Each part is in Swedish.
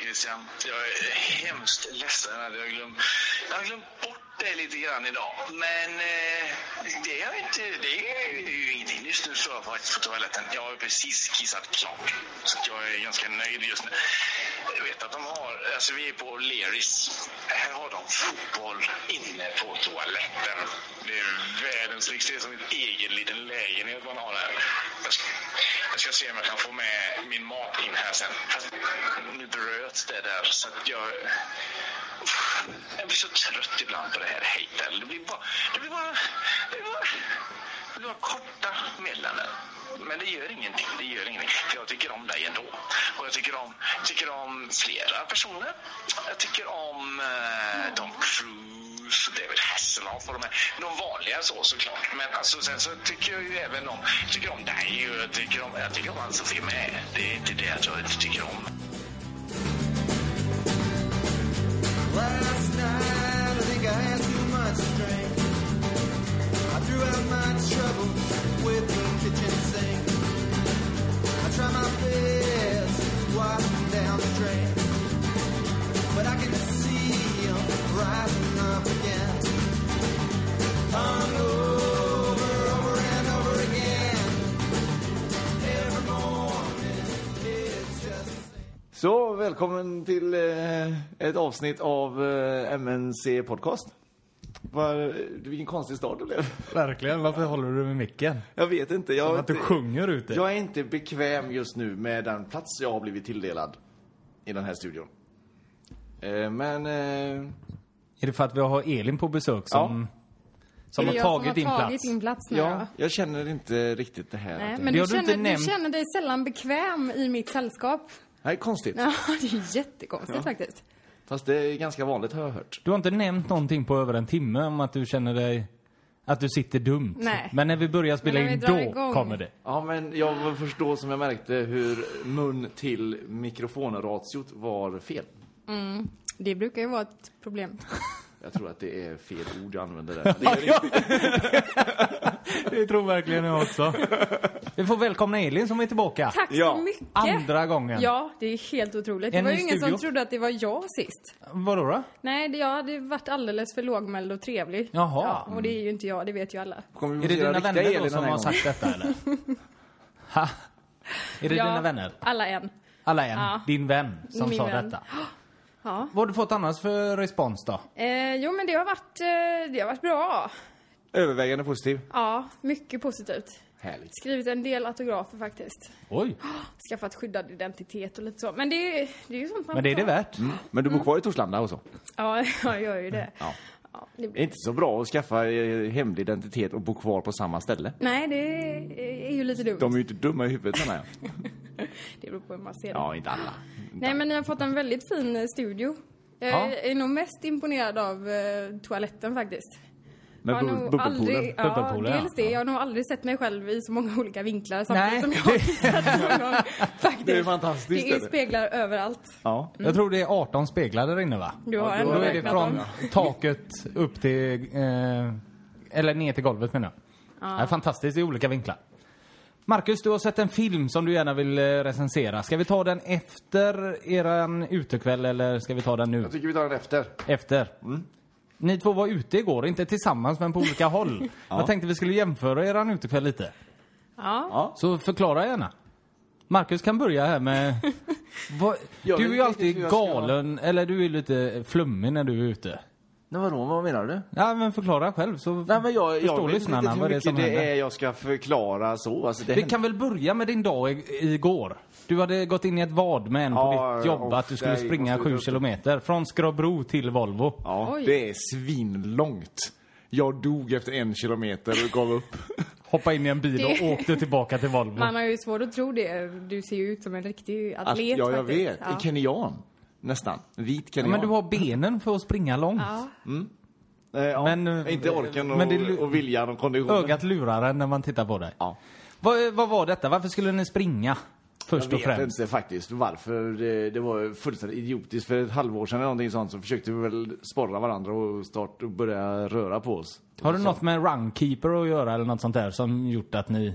Christian. Jag är hemskt ledsen att jag har glömt, jag har glömt bort dig lite grann idag. Men eh, det är, inte, det är ju ingenting. Just nu står jag faktiskt på toaletten. Jag har ju precis kissat klart. Så att jag är ganska nöjd just nu. Jag vet att de har, alltså vi är på Leris. Här har de fotboll inne på toaletten. Det är världens lyx. Det är som en egen liten lägenhet man har här. Jag ska, jag ska se om jag kan få med min mat in här sen. Fast nu bröts det där så att jag... Jag blir så trött ibland på det här hejten. Det blir bara... Det blir bara... Det blir bara, det blir bara korta mellanrum. Men det gör ingenting. Det gör ingenting. För jag tycker om dig ändå. Och jag tycker om, tycker om flera personer. Jag tycker om eh, Tom Cruise, David Hasselhoff och de, här, de vanliga så såklart. Men alltså, sen så tycker jag ju även om, jag tycker om dig och jag tycker om, jag tycker om Ann-Sofie med. Det är inte det att jag inte tycker om. Last night, I think I had too much to drink. I threw out my trouble with the kitchen sink. I tried my best to wash them down the drain, but I can see 'em rising up again. Hung over, over and over again. Every morning, it's just. Så välkommen till eh, ett avsnitt av eh, MNC Podcast. Var, vilken konstig start det blev. Verkligen, varför håller du med micken? Jag vet inte. Jag, Som att du sjunger ute. jag är inte bekväm just nu med den plats jag har blivit tilldelad i den här studion. Eh, men eh, Är det för att vi har Elin på besök som, som Är har det jag tagit som din har plats? tagit din plats nu ja, ja. jag känner inte riktigt det här. Nej, att- Det men du har du inte känner, du nämnt. känner dig sällan bekväm i mitt sällskap. Nej, konstigt. Ja, det är jättekonstigt faktiskt. Fast det är ganska vanligt har jag hört. Du har inte nämnt någonting på över en timme om att du känner dig... Att du sitter dumt. Nej. Men när vi börjar spela när vi in, drar då igång. kommer det. Ja, men jag var först då som jag märkte hur mun till mikrofonratiot var fel. Det brukar ju vara ett problem. Jag tror att det är fel ord jag använder där. men Det är inte. Det tror verkligen jag också. Vi får välkomna Elin som är tillbaka. Tack Ja, så mycket! Andra gången. Ja, det är helt otroligt. Det En var ju ny ingen studio. som trodde att det var jag sist. Vadå då? Nej, det- jag hade varit alldeles för lågmäld och trevlig. Jaha. Mm. Ja, och det är ju inte jag, det vet ju alla. Kommer vi få Är det se den dina riktiga vänner då Elin som den här har gången? sagt detta eller? Ha? Är det ja, dina vänner? Alla en. Alla en? Ja. Din vän som Min sa vän. detta? Ja. Vad har du fått annars för respons då? Eh, jo, men det har, varit, eh, det har varit bra. Övervägande positiv. Ja, mycket positivt. Härligt. Skrivit en del autografer faktiskt. Oj, skaffat skyddad identitet och lite så. Men det är ju, det är ju sånt man men det är får det ta. värt. Men du bor kvar i Torslanda alltså? och så? Ja, jag gör ju det. Ja. Ja, det Det är inte så bra att skaffa eh, hemlig identitet och bo kvar på samma ställe. Nej, det är- är ju lite dumt. De är ju inte dumma i huvudet menar jag. Det beror på hur man ser det. Ja, inte alla. Nej, men ni har fått en väldigt fin eh, studio. Jag Ja. är nog mest imponerad av eh, toaletten faktiskt. Men Jag har nog bu- bubbelpoolen. aldrig, ja, Bubbelpoolen, ja. dels det. Jag har nog aldrig sett mig själv i så många olika vinklar Nej, samtidigt som jag har sett någon gång. Faktiskt. Det är fantastiskt, Det är eller? speglar överallt. Ja. Jag tror det är 18 speglar där inne va? Du har Då ändå är det räknat från dem. taket upp till, eh, eller ner till golvet menar jag. Det är fantastiskt i olika vinklar. Marcus, du har sett en film som du gärna vill eh, recensera. Ska vi ta den efter eran utekväll eller ska vi ta den nu? Jag tycker vi tar den efter. Efter? Ni två var ute igår, inte tillsammans men på olika håll. Jag tänkte vi skulle jämföra eran utekväll lite. Ja. Så förklara gärna. Marcus kan börja här med... Vad, Jag vet du är ju inte riktigt hur alltid jag ska- galen, eller du är lite flummig när du är ute. Nej, vadå, vad menar du? Ja men förklara själv så Nej, men jag, förstår jag vet inte riktigt lyssnarna hur vad det är mycket som det händer. är jag ska förklara så. Alltså, det Vi händer- kan väl börja med din dag i- igår. Du hade gått in i ett vad med en på Ja, ditt jobb och att du skulle där springa måste vi sju upp. kilometer från Skrabro till Volvo. Ja, Oj. det är svinlångt. Jag dog efter en kilometer och gav upp. Hoppa in i en bil och Det- åkte tillbaka till Volvo. Man har ju svårt att tro det. Du ser ju ut som en riktig Alltså, Att, atlet Alltså, ja, jag faktiskt. vet. En kenyan. Nästan. Vit Ja, kenyan. men du har benen för att springa långt. Ja. Eh, ja, Men- inte orken och, men det lu- och viljan och konditionen. Ögat lurar en när man tittar på dig. Ja. Vad, vad var detta? Varför skulle ni springa? Först Jag och främst. vet inte faktiskt varför. Det, det var fullständigt idiotiskt. För ett halvår sedan eller någonting sånt så försökte vi väl sporra varandra och, start, och börja röra på oss. Har du något med runkeeper att göra eller något sånt där som gjort att ni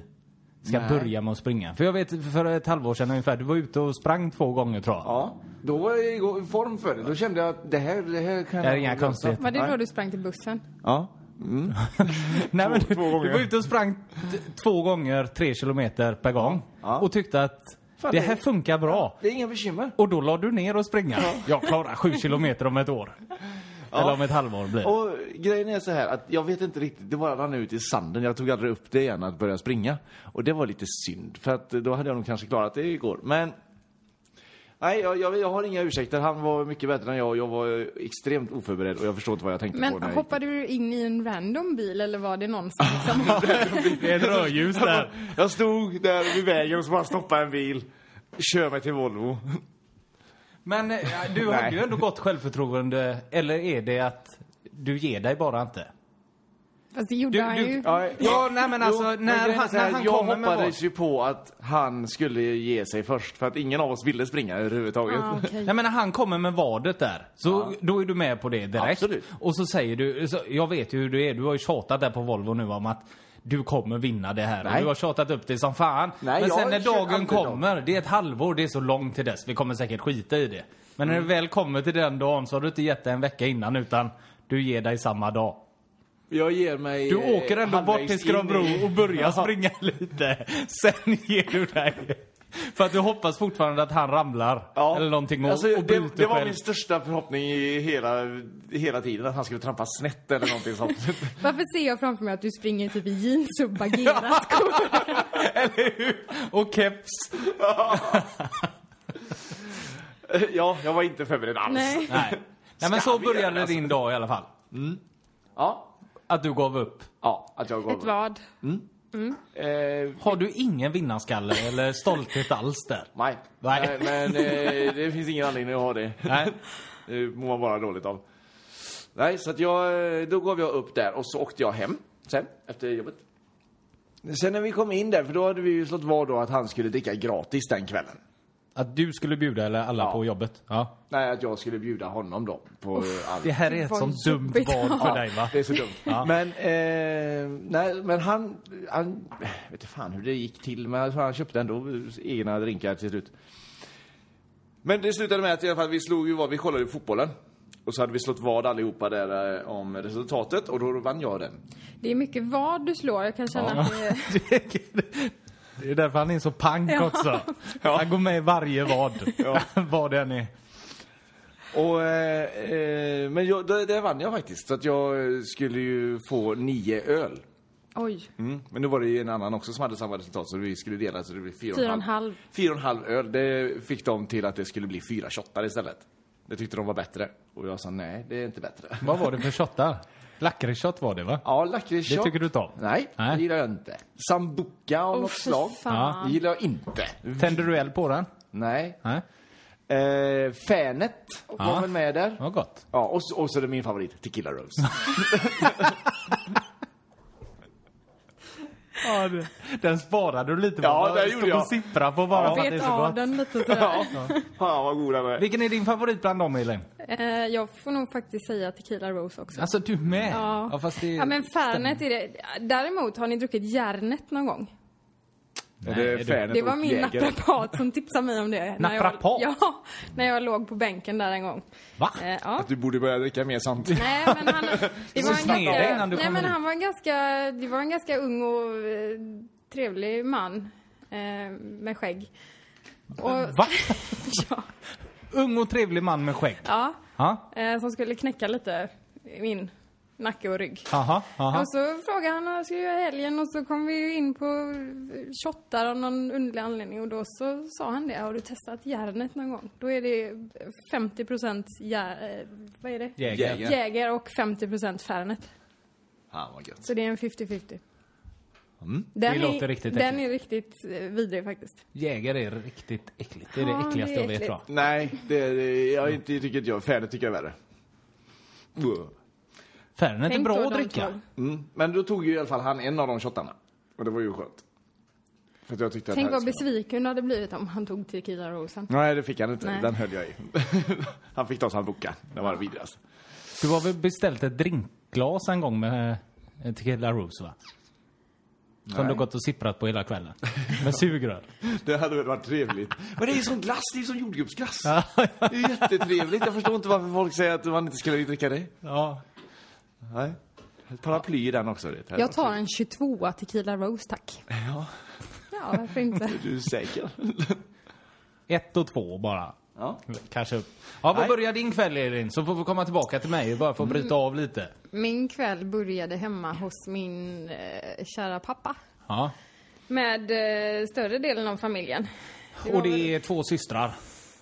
ska Nej. börja med att springa. För jag vet för ett halvår sedan ungefär, du var ute och sprang två gånger tror jag. Ja, då var jag i form för det. Då kände jag att det här, det här kan Det här är jag inga lösa. konstigheter. Var det då Nej. du sprang till bussen? Ja. Nej, men du, två gånger. du var ute och sprang t- två gånger tre kilometer per gång Ja. och tyckte att Fan, det det- här funkar bra. Det är inga bekymmer. Och då la du ner och springa. Jag klarar sju kilometer om ett år. Eller om ett halvår blir det. Och grejen är så här att jag vet inte riktigt, det bara rann ut i sanden. Jag tog aldrig upp det igen att börja springa. Och det var lite synd, för att då hade jag nog kanske klarat det igår. Men nej, jag, jag, jag har inga ursäkter. Han var mycket bättre än jag och jag var extremt oförberedd och jag förstår inte vad jag tänkte på. Men när jag gick. hoppade du in i en random bil eller var det någon som liksom... Det är ett rödljus där. Jag stod där vid vägen och så bara stoppade en bil. Kör mig till Volvo. Men eh, du Nej. hade ju ändå gott självförtroende. Eller är det att du ger dig bara inte? Fast det gjorde Du- han du- ju. Ja, Ja, nej, men alltså, när grejen är han- så här, när han jag kommer med hoppades ju på att han skulle ge sig först för att ingen av oss ville springa överhuvudtaget. Ah, okej. Jag menar han kommer med vadet där. Så då är du med på det direkt. Absolut. Och så säger du, så, jag vet ju hur du är, du har ju tjatat där på Volvo nu om att du kommer vinna det här. Och Nej. du har tjatat upp det som fan. Nej, Men jag sen när kör dagen underdog. kommer, det är ett halvår, det är så långt till dess. Vi kommer säkert skita i det. Men Mm. när du väl kommer till den dagen så har du inte gett det en vecka innan utan du ger dig samma dag. Jag ger mig... Du eh, åker ändå bort halvvägs till in Skrambro i- och börjar springa lite. Sen ger du dig. För att du hoppas fortfarande att han ramlar. Ja. Eller någonting och, Alltså, och det, bryter det var själv. min största förhoppning i hela, hela tiden, att han skulle trampa snett eller någonting sånt. Varför ser jag framför mig att du springer typ i jeans och Bagheera-skor? Eller hur? Och keps. ja, jag var inte förberedd alls. Nej. Nej. Nej men Ska så vi började göra, din dag i alla fall. Ja, Att du gav upp. ja, att jag går. Ett vad? Eh, Har du ingen vinnarskalle eller stolthet alls där? nej. Nej. men eh, det finns ingen anledning att ha det. Nej. Det mår man bara dåligt av. Nej, så att jag, eh, då gav jag upp där och så åkte jag hem sen efter jobbet. Sen när vi kom in där, för då hade vi ju slått vad då att han skulle dricka gratis den kvällen. Att du skulle bjuda eller alla Ja. på jobbet? Ja. Nej, att jag skulle bjuda honom då på eh, allt. Det här är ett Vad sånt dumt jobbigt. val för Ja, dig va? Det är så dumt. Men, eh, nej, men han, han, jag vet inte fan hur det gick till, men alltså han köpte ändå egna drinkar till slut. Men det slutade med att i alla fall vi slog ju vad, vi kollade fotbollen. Och så hade vi slått vad allihopa där eh, om resultatet och då vann jag den. Det är mycket vad du slår. Jag kan känna att det är... Det är därför han är så pank Ja. också. Han går med i varje vad. vad det än är. Och, eh, eh, men jag, det, det vann jag faktiskt, så att jag eh, skulle ju få nio öl. Oj. Mm. Men nu var det ju en annan också som hade samma resultat så vi skulle dela så det blev fyra och en Fyra och en halv. halv. Fyra och en halv öl, det fick de till att det skulle bli fyra shottar istället. Det tyckte de var bättre. Och jag sa nej, det är inte bättre. Vad var det för shottar? Lakritsshot var det va? Ja, lakritsshot. Det tycker du inte om? Nej, Nej. det gillar jag inte. Sambuca av Åh, något fy slag. fan. Det gillar jag inte. Tände du eld på den? Nej. Nej. Eh, Fänet var Ja. väl med där. Vad gott. Ja, och så, och så är det min favorit, Tequila Rose. Ja, det- den sparade du lite på. Ja, Bara det gjorde stod jag. och sippra på bara Ja. för att det är Bet så av gott. den lite sådär. ja. Fan vad god den är. Vilken är din favorit bland dem Elin? Eh, Jag får nog faktiskt säga Tequila Rose också. Alltså du med? Ja. ja fast det... Ja, men Fernet är det. Däremot, har ni druckit Järnet någon gång? Är det du- Fänet Det var och min Jäger? naprapat som tipsade mig om det. När jag- Naprapat? Ja, när jag låg på bänken där en gång. Va? Eh, ja. Att du borde börja dricka mer samtidigt. Nej, men han, det var en sned dig ganska, innan du nej, kom men hit. han var en ganska, det var en ganska ung och eh, trevlig man eh, med skägg. Och, Va? ja, Ung och trevlig man med skägg. ja, Ja. eh, som skulle knäcka lite i min nacke och rygg. Aha, aha. Och så frågade han vad jag skulle göra i helgen och så kom vi ju in på eh, shottar av någon underlig anledning och då så sa han det. Har du testat järnet någon gång? Då är det 50% jär, eh, vad är det? Jäger. Jäger. Jäger och 50% Fernet. Fan vad gött. Så det är en 50-50. Mm. Det Den, låter är, riktigt den är riktigt eh, vidrig faktiskt. Jäger är riktigt äckligt. Det är Ja, det det är äckligaste jag vet äckligt. tror jag. Nej, det, det jag inte, tycker inte jag. Fäder tycker jag är värre. Fernet är Tänk bra då att de dricka. två. Mm. Men då tog ju i alla fall han en av de shottarna. Och det var ju skönt. För att jag tyckte Tänk att det vad här skulle- besviken du hade blivit om han tog Tequila Rosen. Nej, det fick han inte. Nej. Den höll jag i. han fick ta sambuca. Den var alltså. vidrigast. Du har väl beställt ett drinkglas en gång med eh, Tequila Rose va? Som du gått och sipprat på hela kvällen. Med sugrör. Det hade väl varit trevligt. Men det är ju som glass, det är ju som jordgubbsglass. Det är jättetrevligt. Jag förstår inte varför folk säger att man inte skulle dricka det. ja. Nej. Ett paraply i den också. Det. Jag tar en 22 tequila rose, tack. Ja, Ja, varför inte? du är säker? Ett och två bara. Ja. Kanske upp. Ja, vad Nej. börjar din kväll Elin? Så får vi komma tillbaka till mig bara för att bryta av lite. Min kväll började hemma hos min eh, kära pappa. Ja. Med eh, större delen av familjen. Och var väl- det är två systrar.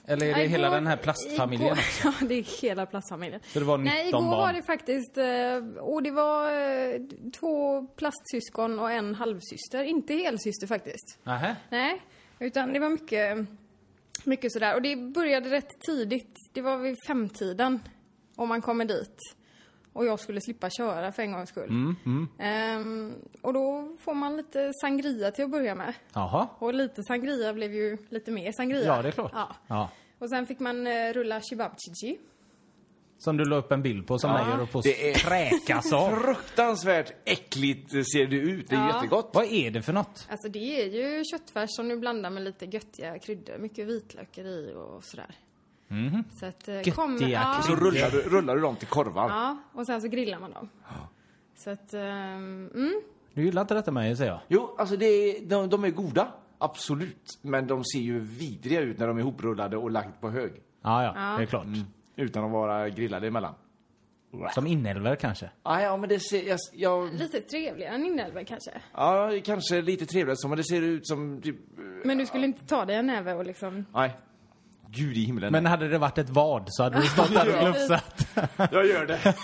Eller är det Nej, hela igår- den här plastfamiljen? Igår, ja, det är hela plastfamiljen. Så det var Nej, 19 igår var barn. det faktiskt... eh, Och det var eh, två plastsyskon och en halvsyster. Inte helsyster faktiskt. Nähä. Nej, utan det var mycket, mycket sådär. Och det började rätt tidigt. Det var vid femtiden, om man kommer dit. Och jag skulle slippa köra för en gångs skull. Mm, Ehm, och då får man lite sangria till att börja med. Jaha. Och lite sangria blev ju lite mer sangria. Ja, det är klart. Ja. Ja. Och sen fick man eh, rulla kebabchichi. Som du la upp en bild på som jag gör upp på Det är- kräkas av. Fruktansvärt äckligt ser det ut. Det är Ja. jättegott. Vad är det för något? Alltså det är ju köttfärs som du blandar med lite göttiga kryddor. Mycket vitlökar i och sådär. Så att, eh, Mm. Göttiga kom- ja, Och så rullar du, rullar du dem till korvar. ja, och sen så grillar man dem. Så att, ehm, mm. Du gillar inte detta med säger jag. Jo, alltså det är, de, de är goda. Absolut. Men de ser ju vidriga ut när de är hoprullade och lagt på hög. Ja, ja, det är klart. Utan att vara grillade emellan. Som inälvor kanske. Ah, ja, men det ser... Jag, jag, Lite trevligare än inälvor kanske. ja, kanske lite trevligt så, men det ser ut som typ... eh, Men du skulle inte ta dig en näve och liksom... Nej. Gud i himlen. Men hade det varit ett vad så hade du stått där och glufsat. Jag gör det.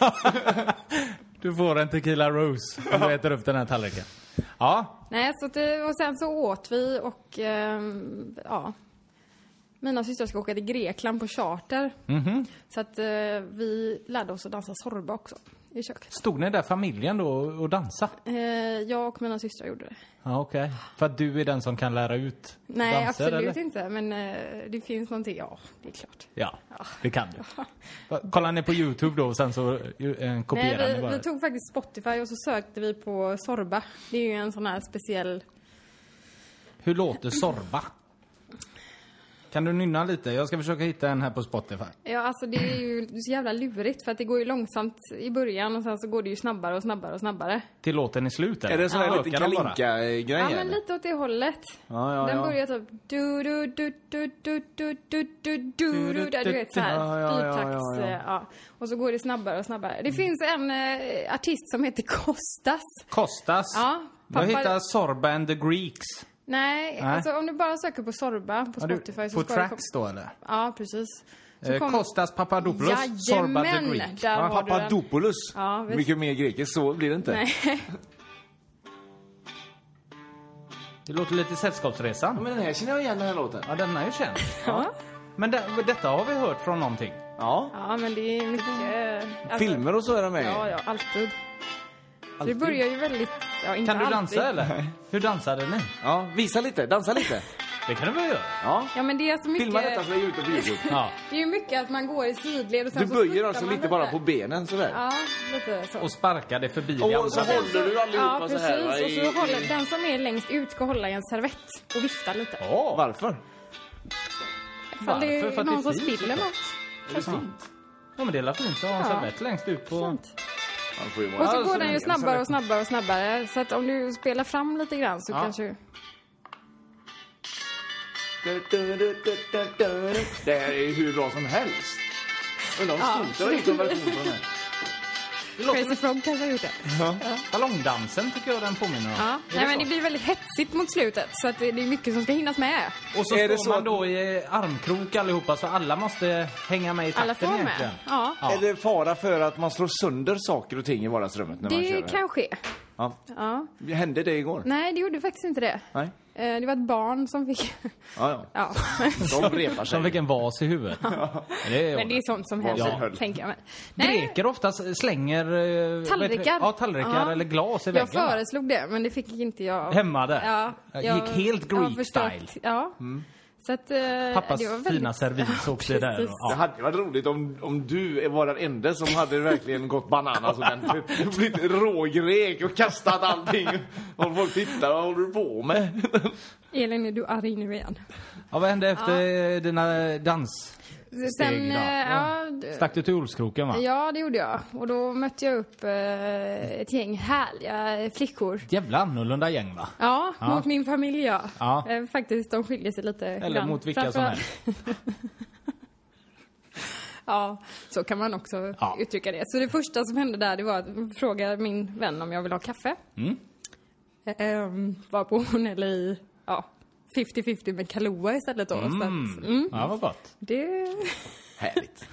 Du får en tequila rose om du äter upp den här tallriken. Ja, Nej, så att, det- och sen så åt vi och ehm, ja. Mina systrar ska åka till Grekland på charter. Mhm. Så att eh, vi lärde oss att dansa sorba också i köket. stod ni där familjen då och dansa? Eh, jag och mina systrar gjorde det. Ja, okej. För att du är den som kan lära ut Nej, danser, absolut eller? inte. Men eh, det finns någonting, ja, det är klart. Ja, Ah. det kan du. Va, Kollar ni på Youtube då och sen så eh, kopierar Nej, ni vi, bara? vi tog faktiskt Spotify och så sökte vi på Sorba. Det är ju en sån här speciell... Hur låter Sorba? Kan du nynna lite? Jag ska försöka hitta en här på Spotify. Ja, alltså det är ju så jävla lurigt för att det går ju långsamt i början och sen så går det ju snabbare och snabbare och snabbare. Till låten är slut eller? Är det en sån här Ökar liten den bara? kalinka-grej? Ja, men eller? lite åt det hållet. Ja, ja, Den ja. börjar typ... Du, du, du, du, du, du, du, du, du, du, där, du vet så här. Ja, ja, ja, ja, Fyrtakts... ja. eh, Ja. Och så går det snabbare och snabbare. Det finns en eh, artist som heter Kostas. Kostas. Ja, Jag pappa- hittar Sorba and the Greeks. Nej, Nej. alltså om du bara söker på Sorba på Ja, du- Spotify så på ska tracks det då eller? komma... Ja, precis. Så Eh, kom- Kostas Papadopoulos, Sorba the Jajamän, Greek. där Ja, har du den. Papadopoulos. Ja, visst. Mycket mer grekiskt så blir det inte. Nej. Det låter lite Ja, Sällskapsresan. Men den här känner jag igen den här låten. Ja, den är ju känd. Ja. Men det, detta har vi hört från någonting. Ja. ja, men det är mycket... Alltså, Filmer och så är de med ja, Ja, ja, alltid. Så det börjar ju väldigt... Ja, inte Kan du alltid. dansa eller? Hur dansade ni? Visa lite, dansa lite. Det kan du väl göra? Ja. Ja, men det är alltså mycket... Filma detta så lägger ut det på Youtube. Ja. Det är ju mycket att man går i sidled och sen Du så böjer snuttar alltså man lite bara på benen sådär. Ja, lite så. Och sparkade förbi de Och så andra. håller du allihopa ja, så här. va, precis. i- Och så håller, den som är längst ut ska hålla i en servett och vifta lite. Ja, Varför? Ifall det varför? För är att det någon som är fint, spiller såklart. något. Är det fint? Ja men det är väl fint att ha en Ja. servett längst ut på... Fint. Han får ju Och vara... så Ja, så går den länge ju den snabbare så och snabbare och snabbare. Så att om du spelar fram lite grann så kanske... Det här är ju hur bra som helst. Undrar om Ja. Skoter har gjort en version på den här. Crazy Frog kanske har gjort det. Ballongdansen tycker jag den påminner om. Ja. Nej, men det blir väldigt hetsigt mot slutet. Så att det det är mycket som ska hinnas med. Och så Är står det så man att- då i armkrok allihopa så alla måste hänga med i takten Alla får med. egentligen. Ja. Är det fara för att man slår sönder saker och ting i vardagsrummet när man kör? Det kan ske. Ja. Ja. Hände det igår? Nej, det gjorde faktiskt inte det. Nej. Eh, Det var ett barn som fick... Ja, ja. Ja. De repar sig. Som fick en vas i huvudet. Det är Men det är sånt som Vad som händer, höll. tänker jag mig. Nej, Greker oftast slänger... eh, vad heter det? Tallrikar. Ja, tallrikar Ja. eller glas i väggen. jag va? föreslog det, men det fick inte jag. Hemma där? Ja, Jag gick helt jag har Greek försökt- style. Mm. Ja. Så att, eh, Pappas det var väldigt... fina servis åkte där. precis. Det Ja. hade varit roligt om, om du var den enda som hade verkligen gått bananas och den, typ blivit rågrek och kastat allting. Och folk tittar, vad håller du på med? Elin, är du arg nu igen? Ja, vad hände efter eh, dina dans? Steg Sen, då. eh, ja, Ja. d- Stack du till Olskroken va? ja, det gjorde jag. Och då mötte jag upp eh, ett gäng härliga flickor. Jävla annorlunda gäng va? Ja, Ja. mot min familj ja. Ja. Eh, Faktiskt, de skiljer sig lite. Eller mot vilka som Framförallt- helst. Ja, så kan man också Ja. uttrycka det. Så det första som hände där, det var att fråga min vän om jag vill ha kaffe. Mm. var på hon eller i, ja, 50-50 med Kahlua istället då. Så att, mm, Ja, vad gott. det... Härligt.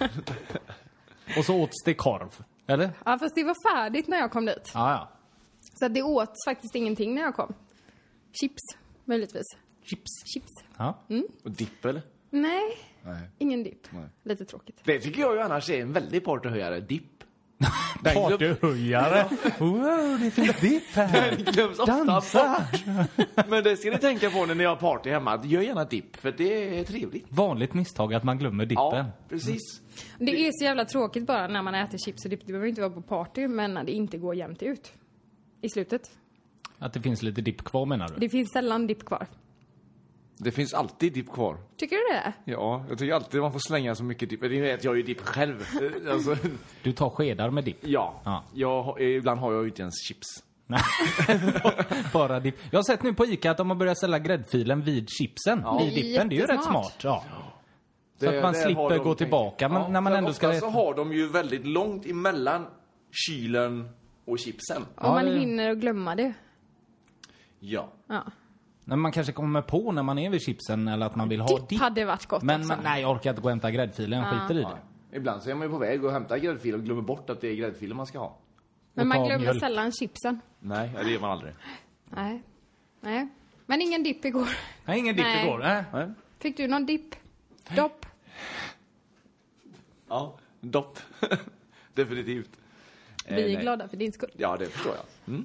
Och så åts det korv. Eller? Ja, fast det var färdigt när jag kom dit. Ja, ja. Så att det åt faktiskt ingenting när jag kom. Chips, möjligtvis. Chips. Chips. Ja. Och dipp eller? Nej, Nej. ingen dipp. Nej. Lite tråkigt. Det tycker jag ju annars är en väldigt partyhöjare, dipp. Den glöm- Partyhöjare! Wow, det finns dipp här! Den glöms ofta Dansa! bort. Men det ska ni tänka på när ni har party hemma, att gör gärna dipp för det är trevligt. Vanligt misstag att man glömmer dippen. Ja, precis. Det är så jävla tråkigt bara när man äter chips och dipp. Det behöver inte vara på party, men när det inte går jämnt ut. I slutet. Att det finns lite dipp kvar menar du? Det finns sällan dipp kvar. Det finns alltid dipp kvar. Tycker du det? Ja, jag tycker alltid man får slänga så mycket dipp. Det vet jag ju dipp själv. Eh, Alltså, Du tar skedar med dipp? ja. Ja. Jag, har- eh, ibland har jag ju inte ens chips. Nej. Bara dipp. Jag har sett nu på Ica att de har börjat sälja gräddfilen vid chipsen. I dippen. Det är ju rätt Jättesmart. smart. Ja. Det- att man det slipper har de gå tänkt. tillbaka, men när man för ändå ska ofta äta. så har de ju väldigt långt emellan kylen och chipsen. Om man det- hinner och glömma det. Ja. Ja. Men man kanske kommer på när man är vid chipsen eller att man vill ha Dipp dipp. hade varit gott Men, också. men nej, jag orkar inte gå och hämta gräddfilen. Jag skiter i det. ja. Ibland så är man ju på väg att hämta gräddfil och glömmer bort att det är gräddfilen man ska ha. men man ta glömmer mjölk. sällan chipsen. Nej, det gör man aldrig. Nej. Nej. Men ingen dipp igår. Nej, ingen dipp Nej. igår. Äh. Nej. Fick du någon dipp? Dopp? Ja, dopp. Definitivt. Eh, Vi är nej. glada för din skull. Ja, det förstår jag.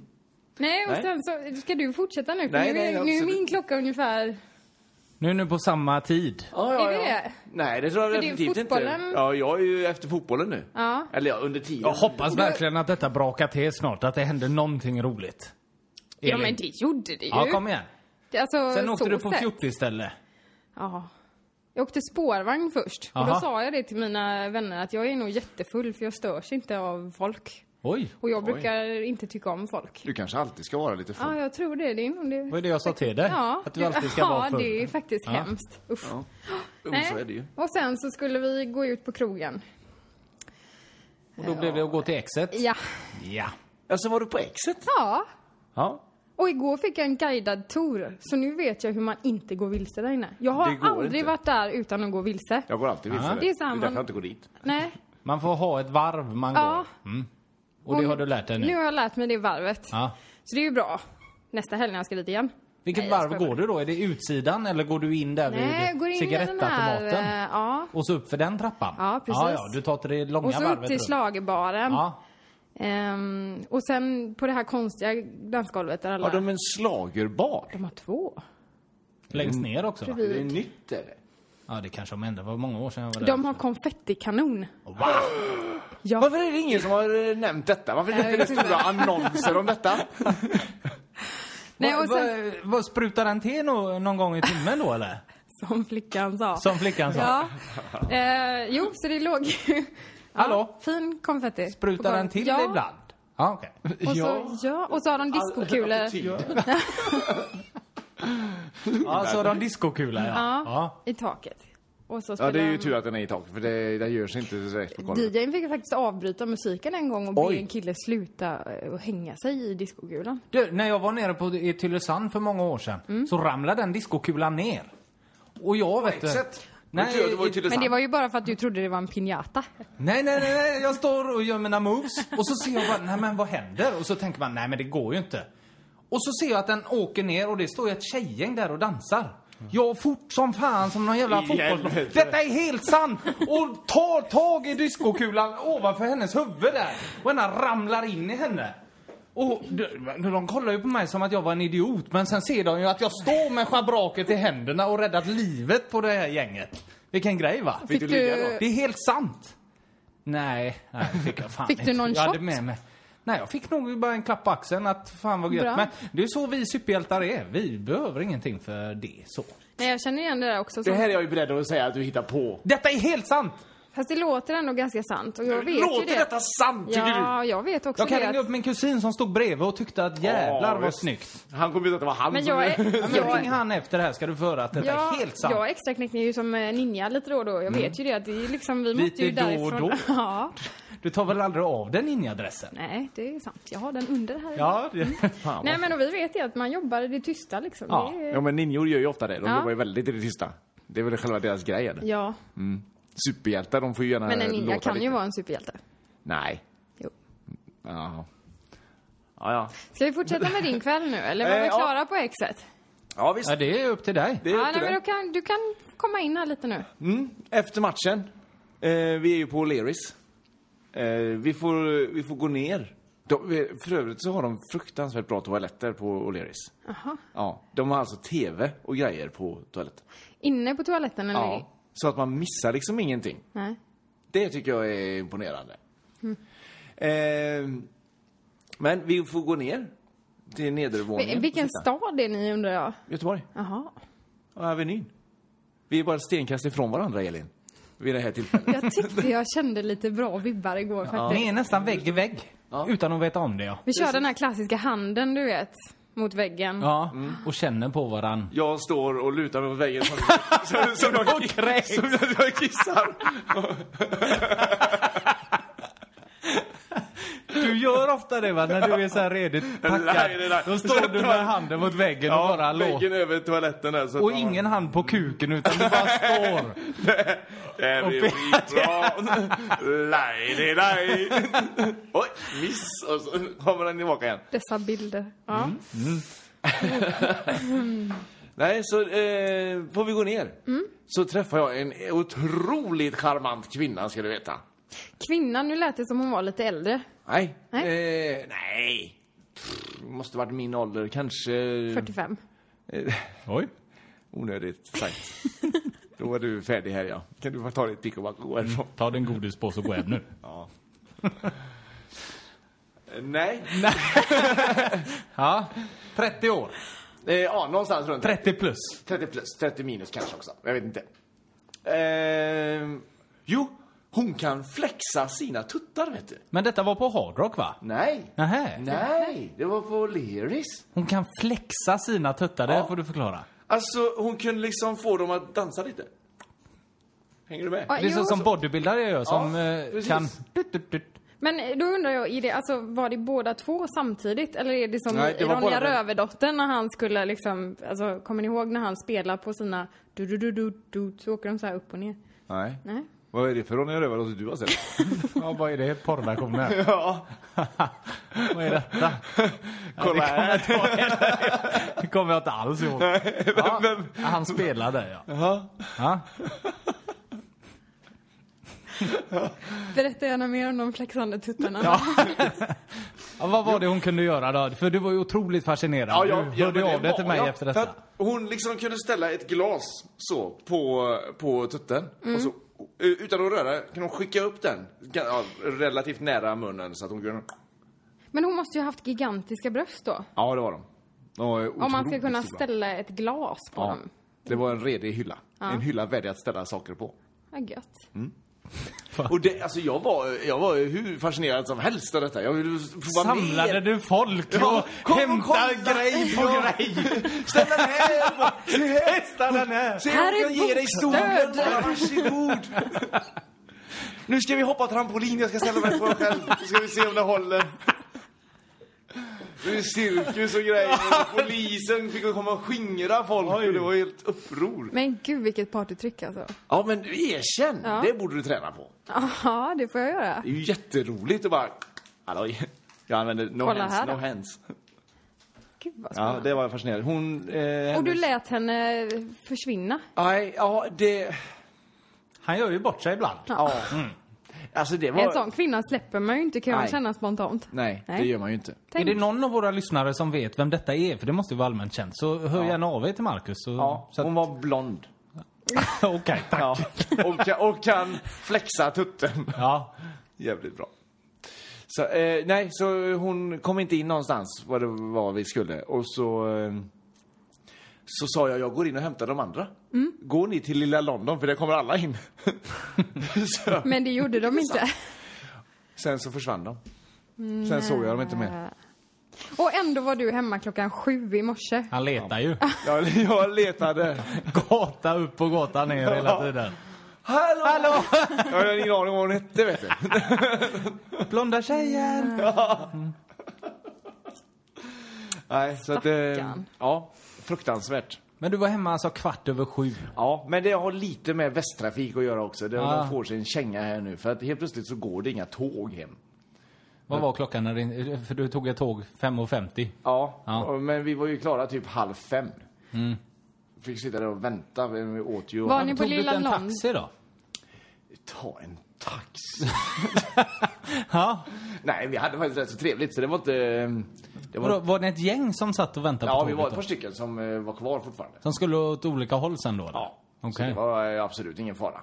Nej, och Nej. sen så ska du fortsätta nu. För Nej, nu, är, nej, nu är absolut. min klocka ungefär... Nu är nu på samma tid. Ja, ja, Är ja. det det? Nej, det tror jag För det är definitivt inte. fotbollen. Ja, jag är ju efter fotbollen nu. Ja. Eller ja, under tiden. Jag hoppas verkligen att detta brakar till snart, att det händer någonting roligt. Ja, Elin. men det gjorde det ju. Ja, kom igen. Det- Alltså, Sen åkte så du på sett. 40 istället. Ja. Jag åkte spårvagn först. Och då Aha. sa jag det till mina vänner att jag är nog jättefull för jag störs inte av folk. Oj, Och jag brukar inte tycka om folk. Du kanske alltid ska vara lite full. Ja, jag tror det. Det är nog vad är det. det jag sa till dig? Ja, att du alltid ska ja, vara full. det är faktiskt hemskt. Usch. Jo, Nej. så är det ju. Och sen så skulle vi gå ut på krogen. Och då blev det att gå till exet. Ja. Ja. Alltså var du på exet? Ja. Ja. Och igår fick jag en guidad tour. Så nu vet jag hur man inte går vilse där inne. Jag Det har går aldrig inte. varit där utan att gå vilse. Jag går alltid vilse. Ja. där. Det är samma. det är därför jag inte går dit. Nej. Man får ha ett varv man Ja. går. Mm. Och det har du lärt dig nu. Nu har jag lärt mig det varvet. Ja. Så det är ju bra. Nästa helg när jag ska dit igen. Vilket Nej, jag varv skojar bara. går du då? Är det utsidan eller går du in där Nej, jag vid går in i den här... cigarettautomaten? eh, Ja. Och så upp för den trappan? Ja, precis. Ja, ja, du tar till det långa Och så upp varvet till runt. schlagerbaren. Ja. Ehm, och sen på det här konstiga dansgolvet där alla... Har de en slagerbar? de har två. Längst Mm. ner också va? Är det nytt eller? Ja, det kanske de ändrade. Det var många år sedan jag var där. De har konfettikanon. Oh, Varför är det ingen som har eh, nämnt detta? Varför är det jag inte vet stora annonser om detta? Nej, och vad, sen, vad, vad sprutar den till nå- någon gång i timmen då eller? som flickan sa. Som flickan sa. Ja. Eh, jo, så det låg ju... Ja, Hallå? Fin konfetti. på Sprutar den golvet. till ja. ibland? Ja, okej. Och så, ja, och så har de diskokulor. Ja, så har de discokula ja. Ja, ja. i taket. Och så Ja, det är ju spelar tur att den är i taket för det, den gör sig inte direkt på golvet. DJn fick ju faktiskt avbryta musiken en gång och be Oj. en kille sluta eh, och hänga sig i diskogulan. Du, när jag var nere på, i Tylösand för många år sedan så ramlade den diskokulan ner. Och jag vet du... exakt. Nej, Det var ju Tylösand. Men det var ju bara för att du trodde det var en piñata. nej, nej, nej, nej, jag står och gör mina moves och så ser jag bara, nej men vad händer? Och så tänker man, nej men det går ju inte. Och så ser jag att den åker ner och det står ju ett tjejgäng där och dansar. Jag fort som fan som någon jävla I fotbollsplan. helvete. Detta är helt sant! Och tar tag i diskokulan ovanför hennes huvud där. Och den ramlar in i henne. Och de, de kollar ju på mig som att jag var en idiot, men sen ser de ju att jag står med schabraket i händerna och räddat livet på det här gänget. Vilken grej va? Fick du ligga då? Det är helt sant! Eh, Nej, nej det fick jag fan Fick du inte. någon jag hade shot? med mig. Nej, jag fick nog bara en klapp på axeln att fan vad Bra. gött. Men det är så vi superhjältar är. Vi behöver ingenting för det så. Nej, jag känner igen det där också. Det som- här är jag ju beredd att säga att du hittar på. Detta är helt sant! Fast det låter ändå ganska sant. Och jag vet ju Låter det. detta sant tycker Ja, jag vet också Jag kan det. ringa upp min kusin som stod bredvid och tyckte att jävlar Ja, vad visst. snyggt. du? Han kommer ju att det var han Men som- jag är... Ja, men Jag, ring han efter det här ska du få höra att detta jag, är helt sant. jag är extraknäckning ju som eh, ninja lite då och då. Jag vet ju det att det är liksom, vi måste ju då och därifrån. då. Ja, Du tar väl aldrig av den ninjadressen? Mm. nej det är sant. Jag har den under här. Ja, det... Fan, Nej vad- men och vi vet ju att man jobbar i det tysta liksom. Ja, Det är- Ja men ninjor gör ju ofta det. De Ja. jobbar ju väldigt i det tysta. Det är väl själva deras grej. eller? ja. Superhjältar, de får ju gärna Men en ninja Eh, låta kan ju lite. vara en superhjälte. Nej. Jo. Ja. Ja, ja. Ska vi fortsätta med din kväll nu eller var Eh, vi ja. klara på exet? ja visst. ja, det är upp till dig. Det är Ja, upp till nej, men dig. du, kan, du kan komma in här lite nu. Efter matchen, eh, vi är ju på O'Learys. Eh, vi, får, vi får gå ner. De, för övrigt så har de fruktansvärt bra toaletter på O'Learys. Jaha. Ja, de har alltså tv och grejer på toaletten. Inne på toaletten eller? Ja, så att man missar liksom ingenting. Nej. Det tycker jag är imponerande. Mm. Eh, men vi får gå ner till Vi- nedervåningen. Vilken och sitta. stad är ni undrar jag? Göteborg. Jaha. Och Avenyn. Vi är bara ett stenkast ifrån varandra, Elin. Vid det här tillfället. Jag tyckte jag kände lite bra vibbar igår faktiskt. Ni är nästan vägg i vägg. Utan att veta om det ja. Mm. Vi kör den här klassiska handen, du vet, mot väggen. Ja, och känner på varann. Jag står och lutar mig mot väggen som, som, som, Och jag, kräks. som jag, jag kissar. Du gör ofta det va? När du är så här redigt packad. Nej, nej, nej. Då står du med handen mot väggen och bara låter. Väggen över toaletten där. Så att Och man- ingen hand på kuken utan du bara står. Det här blir Och- skitbra. Laj, laj, laj. Oj, miss. Och så kommer den tillbaka igen. Dessa bilder. Ja. Mm. Nej, så eh, får vi gå ner. Så träffar jag en otroligt charmant kvinna, ska du veta. Kvinnan, nu lät det som hon var lite äldre. Nej. Nej. Eh, nej. Pff, Måste varit min ålder, kanske... 45. Eh, Oj. onödigt sagt. Då var du färdig här, ja. Kan du få ta ditt pick och back och gå härifrån? Ta din godispåse och gå hem nu. Mm. Ja. Eh, Nej. Ja, 30 år. Eh, ja, någonstans runt 30 plus. 30 plus, 30 minus kanske också. Jag vet inte. Eh, jo, hon kan flexa sina tuttar, vet du. Men detta var på Hard Rock va? Nej. Nähä. Nej, det var på Leris. Hon kan flexa sina tuttar, det Ja. får du förklara. Alltså, hon kunde liksom få dem att dansa lite. Hänger du med? Ja, Det är jo, så som bodybuildare gör som eh, precis. kan... Dut, dut, dut. Men då undrar jag, är det, alltså, var det båda två samtidigt? Eller är det som Nej, det i var Ronja båda- Rövardottern när han skulle liksom, alltså, kommer ni ihåg när han spelar på sina du du du du du så åker de så här upp och ner? Nej. Nej. Vad är det för Ronja Rövardotter du har sett? Ja, vad är det? Porrversionen? ja. vad är detta? Kolla här. Det kommer jag inte alls ihåg. Ja, han spelade, ja. ja. Berätta gärna mer om de flaxande tuttarna. Ja, vad var det hon kunde göra då? För du var ju otroligt fascinerad. Ja, ja, du ja, hörde men av dig till var mig jag. För efter detta. att Hon liksom kunde ställa ett glas så på, på tutten. Mm. Och så, utan att röra kan hon skicka upp den ja, relativt nära munnen så att hon kunde... Men hon måste ju ha haft gigantiska bröst då. Ja, det var de. De var ju Om man ska otroligt kunna stora. ställa ett glas på Ja. dem. Det var en redig hylla. En hylla värdig att ställa saker på. Ja, gött. Mm. Och det, alltså jag var, jag var ju hur fascinerad som helst av detta. Jag ville prova Samlade mer. du folk Ja, och kom och hämtade kolla. grej på Ja. grej? Ställ den här! Se här! Testa den här! Se Här om jag kan är ett ge dig bokstöd. stolen! Ja, Varsågod! Nu ska vi hoppa trampolin, jag ska ställa mig på den själv. Nu ska vi se om det håller. Det är cirkus och grejer. Polisen fick komma och skingra folk och det var helt uppror. Men gud vilket partytryck alltså. Ja men erkänn! Ja. Det borde du träna på. Ja, det får jag göra. Det är ju jätteroligt att bara... Halloj. Jag använder no Kolla hands, här no då. hands. Gud vad Ja, spännande. det var fascinerande. Hon... Eh, Och du hennes- lät henne försvinna. Nej, ja det... Han gör ju bort sig ibland. Ja. Alltså det En var... sån kvinna släpper man ju inte kan jag Nej. känna spontant. Nej, Nej. det gör man ju inte. Är Tänk. det någon av våra lyssnare som vet vem detta är? För det måste ju vara allmänt känt. Så hör gärna av er till Marcus. Så, Ja, så att- hon var blond. Okej, tack. Ja. Och, kan, och kan flexa tutten. Ja. Jävligt bra. Så, eh, nej, så hon kom inte in någonstans vad det var vi skulle. Och så, eh, så sa jag, jag går in och hämtar de andra. Mm. Går ni till lilla London för där kommer alla in. så, Men det gjorde de inte. sen så försvann de. Sen såg jag dem inte mer. Eh, Och ändå var du hemma klockan sju i morse. Han letar ju. Jag, jag letade. Gata upp och gata ner hela tiden. Hallå! Hallå! Jag har ingen aning om vad hon hette vet du. Blonda Mm. tjejen. Nej, så att, eh, Stackarn. ja, fruktansvärt. Men du var hemma alltså kvart över sju. Ja, men det har lite med västtrafik att göra också. Det, Ah. De får sig en känga här nu för att helt plötsligt så går det inga tåg hem. Vad var klockan när din, För du tog ett tåg 5.50. Ja, Ja. Mm. och- men vi var ju klara typ halv fem. Fick sitta där och vänta. Vi vi åt ju och Var ni på Tog du Lilla en London? taxi då? Ta en tax. Ja. Nej, vi hade faktiskt rätt så trevligt så det var inte... Det Var, var, var det ett gäng som satt och väntade ja, på vi tåget? var ett då? par stycken som eh, var kvar fortfarande. Som skulle åt olika håll sen då? Ja, så Okej. det var eh, absolut ingen fara.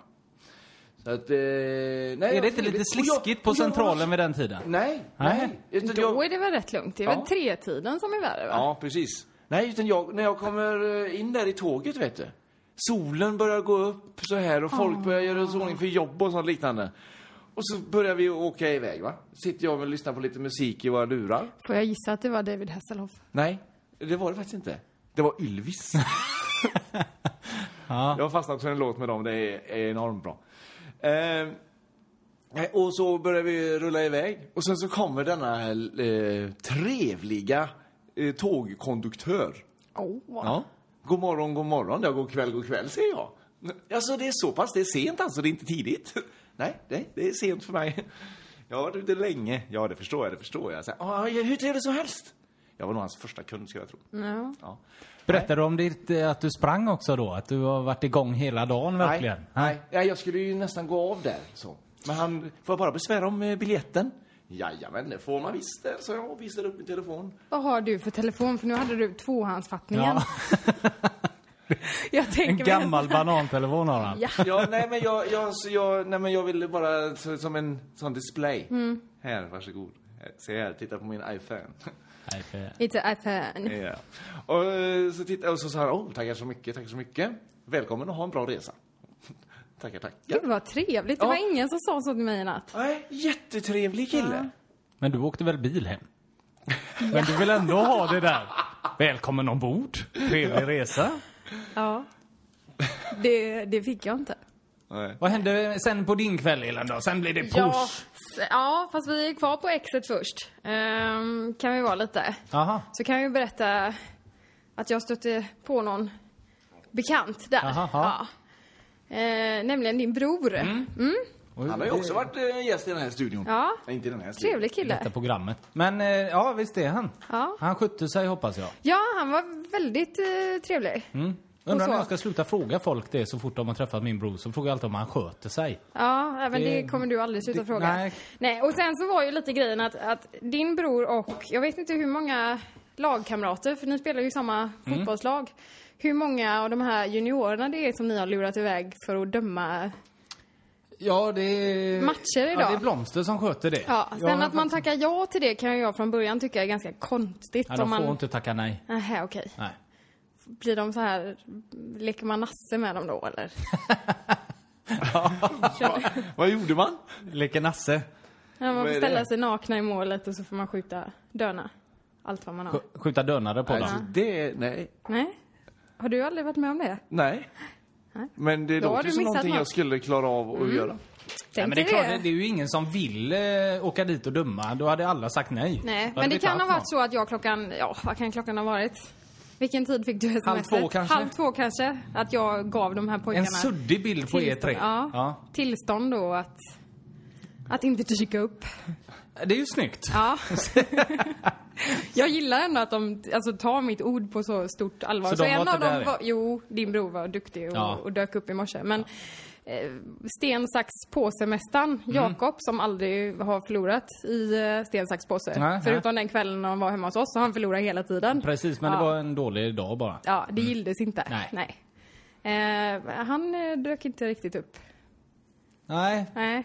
Så att, eh, nej, Är var det inte trevligt. lite Och jag- sliskigt på och jag var centralen så- vid den tiden? Nej, Nej. nej. Utan jag- Då är det väl rätt lugnt? Det är Ja. väl tretiden som är värre va? Ja, precis. Nej, utan jag, när jag kommer eh, in där i tåget, vet du. Solen börjar gå upp så här och folk börjar göra sig i ordning för jobb och sånt liknande. Och så börjar vi åka iväg, va. Sitter jag och lyssnar på lite musik i våra lurar. Får jag gissa att det var David Hasselhoff? Nej, det var det faktiskt inte. Det var Ylvis. Jag har fastnat för en låt med dem, det är, är enormt bra. Eh, nej, och så börjar vi rulla iväg och sen så kommer denna eh, trevliga eh, tågkonduktör. Oh. Ja. God morgon, god morgon. Ja, god kväll, god kväll, säger jag. Alltså, det är så pass. Det är sent alltså. Det är inte tidigt. Nej, nej det är sent för mig. Jag har varit ute länge. Ja, det förstår jag. Det förstår jag. Så, här, "Ah, ja, hur trevligt som helst. Jag var nog hans första kund, skulle jag tro. Ja. Ja. Berättade du om ditt, eh, att du sprang också då? Att du har varit igång hela dagen verkligen? Nej, nej, nej, jag skulle ju nästan gå av där. Så. Men han, får jag bara besvära om eh, biljetten? Jajamän, det får man visst. det, Så jag visade upp min telefon. Vad har du för telefon? För nu hade du tvåhandsfattningen. Ja. Jag tänker En mig gammal nästan- banantelefon har han. Ja. Ja, nej men jag, jag, så jag, nej, men jag ville bara så, som en sån display. Mm. Här, varsågod. Se här, titta på min iPhone. Nej, för- Inte iPhone. ja. Och eh, så titta, och så sa han, oh, tackar så mycket, tackar så mycket. Välkommen och ha en bra resa. tackar, tackar. Gud vad trevligt. Det Ja. var ingen som sa så till mig i natt. Nej, jättetrevlig kille. Men du åkte väl bil hem? Men du vill ändå ha det där? Välkommen ombord. Trevlig resa. Ja. Det, det fick jag inte. Nej. Vad hände sen på din kväll, Elin? Då? Sen blev det push. Ja, s- ja, fast vi är kvar på exet först. Ehm, kan vi vara lite. Aha. Så kan jag ju berätta att jag stötte på någon bekant där. Aha, aha. Ja. Ehm, nämligen din bror. Mm, Han har ju också varit eh, gäst i den här studion. Ja. Nej, inte i den här studion. Trevlig kille. Detta programmet. Men eh, ja, visst är han. Ja. Han skötte sig hoppas jag. Mm. Ja, han var väldigt eh, trevlig. Undrar Och så. när jag ska sluta fråga folk det så fort de har träffat min bror. Så frågar jag alltid om han sköter sig. Ja, även Det- det, kommer du aldrig sluta det- fråga. nej. Nej. och sen så var ju lite grejen att, att din bror och, jag vet inte hur många lagkamrater, för ni spelar ju samma fotbollslag. Hur många av de här juniorerna det är som ni har lurat iväg för att döma? Ja, det är... Matcher idag. Ja, det är Blomster som sköter det. Ja, sen men att man tackar ja till det kan ju jag från början tycka är ganska konstigt. Ja, de om får man... inte tacka nej. Nähä, okej. Nej. Blir de så här, leker man nasse med dem då eller? Vad gjorde man? Leker Nasse. Ja, man Vad är får ställa det? sig nakna i målet och så får man skjuta döna. Allt vad man har. Sk- Skjuta dönare på Alltså, dem. det, nej. Nej? Har du aldrig varit med om det? Nej. Men det Då har låter du som missat någonting jag något. Mm. skulle klara av att göra. Nej, Tänk men det är dig klart, det. det är ju ingen som vill eh, åka dit och döma. Då hade alla sagt nej. Nej, Då hade men vi det inte kan ha haft varit så att jag klockan, ja vad kan klockan ha varit? Vilken tid fick du sms? Halv två kanske? Halv två kanske, att jag gav de här någon. pojkarna En suddig bild på er tillstånd, tre. ja, tillstånd då att, att inte dyka upp. Ja. Det är ju snyggt. Ja. jag gillar ändå att de alltså, tar mitt ord på så stort allvar. Så Så, de var en inte av dem där, ja. var, jo, din bror var duktig och, Ja. och dök upp i morse. Men eh, sten, sax, påse-mästaren Mm. Jakob som aldrig har förlorat i eh, sten, sax, påse. Nej, nej. Förutom den kvällen när han var hemma hos oss så har han förlorat hela tiden. Precis, men ja. det var en dålig dag bara. Ja, det gilldes inte. Nej. Eh, han eh, dök inte riktigt upp. Nej, Nej.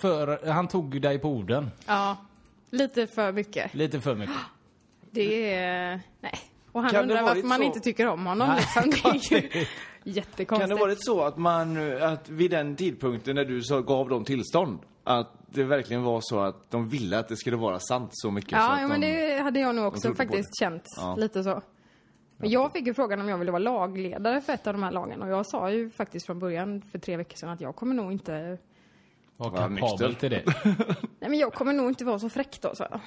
för han tog dig på orden. Ja. Lite för mycket. Lite för mycket. Det är... Nej. Och han Kan det undrar varit varför man så- inte tycker om honom. liksom. Det är ju jättekonstigt. Kan det varit så att man, eh, att vid den tidpunkten när du så gav dem tillstånd, att det verkligen var så att de ville att det skulle vara sant så mycket? så Ja, att ja, men de... det hade jag nog också trodde på faktiskt känt. Ja. Lite så. Men jag fick ju frågan om jag ville vara lagledare för ett av de här lagen och jag sa ju faktiskt från början för tre veckor sedan att jag kommer nog inte... Var Var han kapabel nykter? till det. Nej men jag kommer nog inte vara så fräck då, sa jag.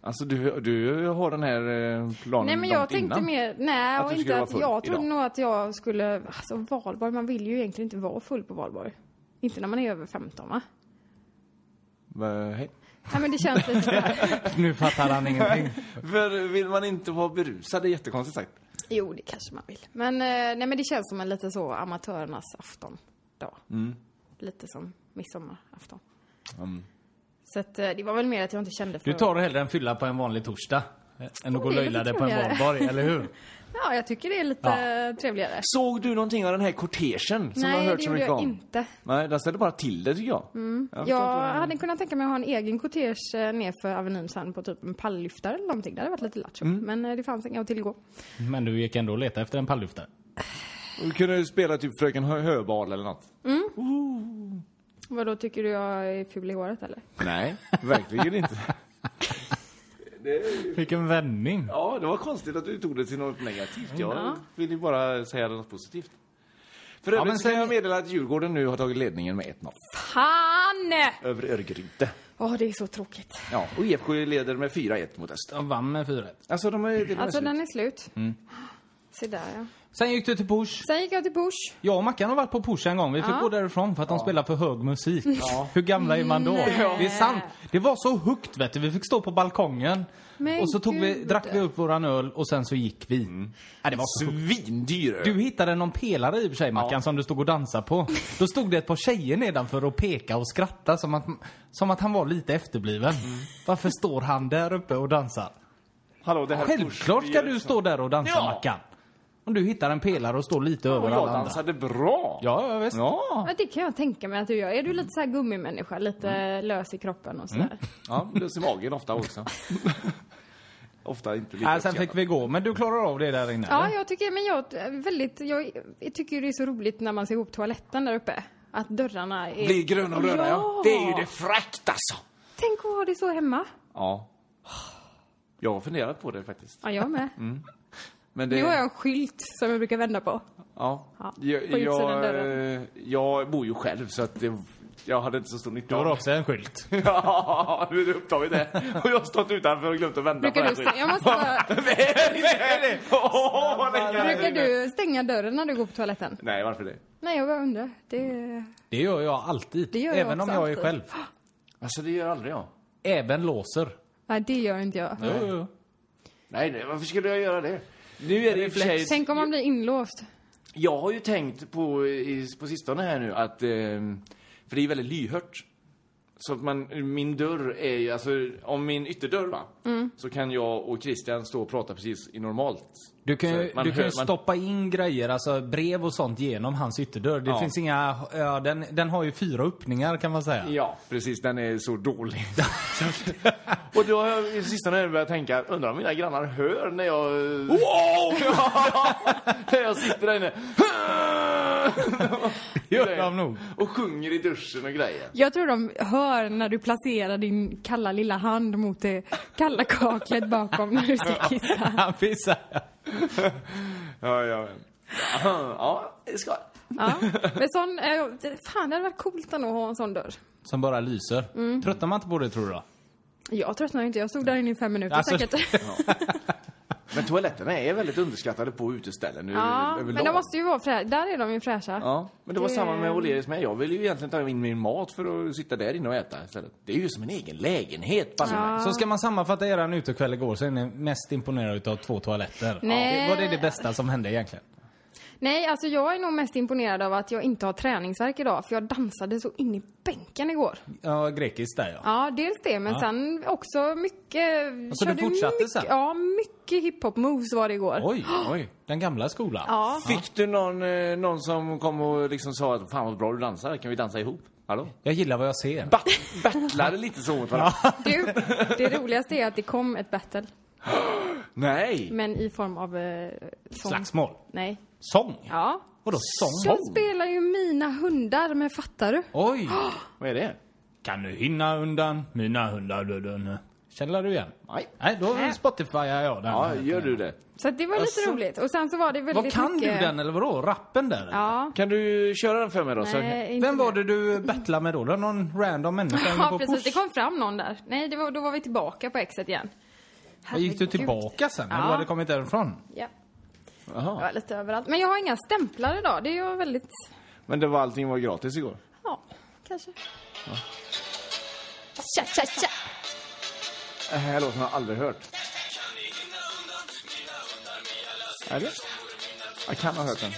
Alltså du, du har den här eh, planen Nej men jag långt tänkte innan. mer, nej Att och du inte skulle att vara jag full trodde idag. nog att jag skulle, alltså valborg, man vill ju egentligen inte vara full på valborg. Inte när man är över 15 va? Men, hej. Nej men det känns lite så här. Nu fattar han ingenting. För vill man inte vara berusad, det är jättekonstigt sagt. Jo det kanske man vill. Men, eh, nej men det känns som en lite så amatörernas afton. Då. Mm. Lite som midsommarafton. Så att, eh, det var väl mer att jag inte kände för Du tar hellre en fylla på en vanlig torsdag. eh, Än att gå och det är löjla lite dig på en trevligare. valborg, eller hur? Ja jag tycker det är lite trevligare. Såg du någonting av den här kortegen som man nej har hört det så gjorde mycket jag om? inte. Mm. Nej, den ställde bara till det tycker jag. Jag, förstår inte vad den- hade kunnat tänka mig att ha en egen kortege eh, nerför Avenyn sen på typ en palllyftare eller någonting. Det hade varit lite lattjo. Mm. Men eh, det fanns inga att tillgå. Men du gick ändå och letade efter en palllyftare. Du kunde ju spela typ Fröken Hö- Höbal eller något. Vad då tycker du jag är ful i håret eller? Nej, verkligen inte. Vilken vändning. Ja, det var konstigt att du tog det till något negativt. Jag vill ju bara säga något positivt. För övrigt men så kan sen- jag meddela att Djurgården nu har tagit ledningen med 1-0 Han! över Örgryte. Åh, det är så tråkigt. Ja, och IFK leder med 4-1 mot Öster. De vann med 4 Alltså, de är, det är Alltså slut. Mm. den är slut. Se där ja. Sen gick du till Push. Sen gick jag till Bush. Jag och Mackan har varit på Push en gång. Vi fick gå därifrån för att de spelar för hög musik. Hur gamla är man då? Mm. Det är sant. Det var så högt vet du. Vi fick stå på balkongen. Men och så tog vi, gud. drack vi upp våran öl och sen så gick vi. Mm. Ja, det var så Svindyr Du hittade någon pelare i och för sig Mackan som du stod och dansade på. Då stod det ett par tjejer nedanför och pekade och skrattade som att, som att han var lite efterbliven. Mm. Varför står han där uppe och dansar? Hallå, det här Självklart ska du stå där och dansa Ja. Mackan. Om du hittar en pelare och står lite över Och alla jag andra. dansade bra. Ja, ja, visst. Ja, Ja, det kan jag tänka mig att du gör. Är du lite så här gummimänniska? Lite Mm. lös i kroppen och sådär? ja lös i magen ofta också. ofta inte lika Nej, sen fick vi gå, men du klarar av det där inne? Ja, eller? jag tycker, men jag, är väldigt, jag, jag tycker det är så roligt när man ser ihop toaletten där uppe. Att dörrarna är... Blir gröna och röda, ja. Ja. Det är ju det fräckt alltså. Tänk att ha det så hemma. Ja. Jag har funderat på det faktiskt. Ja, jag med. Men Mm. det, Nu har jag en skylt som jag brukar vända på. ja. Ja, Jag, på utsidan jag, dörren. eh, jag bor ju själv så att det, jag hade inte så stor nytta Då har du av också en skylt. det. Ja, nu är det upptaget det. Och jag har stått utanför och glömt att vända Brukar på du, den stä- jag måste bara, brukar skiten. du stänga dörren när du går på toaletten? Nej, varför det? Nej, jag bara undrar. Det, Det gör jag alltid. Det gör jag även om också jag är alltid. själv. Alltså det gör aldrig jag. Även låser. nej, det gör inte jag. Jo, jo, jo. Nej, nej, varför skulle jag göra det? Nu är det i och för sig... Tänk om man blir inlåst. Jag har ju tänkt på, i, på sistone här nu att, eh, för det är väldigt lyhört. Så att man, min dörr är ju, alltså om min ytterdörr va, så kan jag och Christian stå och prata precis i normalt. Du kan ju, Så man du kan ju hör- man- stoppa in grejer, alltså brev och sånt genom hans ytterdörr. Det Ja. finns inga, ja, den, den har ju fyra öppningar kan man säga. Ja, precis, den är så dålig. Så att- och då har jag i sistone börjat tänka, undrar om mina grannar hör när jag... Wow! när jag sitter där inne. Gör de nog. Och sjunger i duschen och grejer. Jag tror de hör när du placerar din kalla lilla hand mot det kalla kaklet bakom när du ska kissa. Han pissar. Ja, ja. Ja, det ska jag. Ja. Men sån, eh, fan det hade varit coolt ändå att ha en sån dörr. Som bara lyser. Mm. Tröttnar man inte på det tror du då? Jag tröttnar inte, jag stod där inne i fem minuter Alltså- säkert. Men toaletterna är väldigt underskattade på uteställen nu Ja, men de måste ju vara fräscha. Där är de ju fräscha. Ja, men det var Det- samma med Åhléns med. Jag ville ju egentligen ta in min mat för att sitta där inne och äta istället. Det är ju som en egen lägenhet. Passar mig. Så ska man sammanfatta eran utekväll igår så är ni mest imponerade utav två toaletter. Nej. Det var det det bästa som hände egentligen? Nej, alltså jag är nog mest imponerad av att jag inte har träningsverk idag, för jag dansade så in i bänken igår. Ja, grekiskt där ja. Ja, dels det, men sen också mycket... Alltså, du körde fortsatte mycket, sen? Ja, mycket hiphop-moves var det igår. Oj, oj. Den gamla skolan. Ja. Fick du någon, eh, någon som kom och liksom sa att fan vad bra du dansar, kan vi dansa ihop? Hallå? Jag gillar vad jag ser. Bat- battlade lite så mot varandra. Du, det roligaste är att det kom ett battle, Nej! men i form av eh, sång. Slagsmål. Nej. Sång? Ja. Vadå sång? Jag spelar ju Mina hundar med Fattar du? Oj! Vad är det? Kan du hinna undan mina hundar? du, du, nu? Känner du igen? Nej. Nej, då Nej. spotifyar jag den. Ja, gör du det? Så att det var lite Alltså. roligt. Och sen så var det väldigt Vad kan mycket... du den eller vadå? Rappen där? Ja. Kan du köra den för mig då? Så- Nej, inte Vem var det du battlade med då? Det var någon random människa inne Ja, på precis. push. Det kom fram någon där. Nej, det var, då var vi tillbaka på exet igen. Och Gick du Herregud. tillbaka sen när Ja. du hade kommit därifrån? Ja, jag Jaha. var lite överallt. Men jag har inga stämplar idag. Det är ju väldigt... Men det var, allting var gratis igår? Ja, kanske. Tja, tja, tja! Det här låten har jag aldrig hört. Är det? Jag kan ha hört den.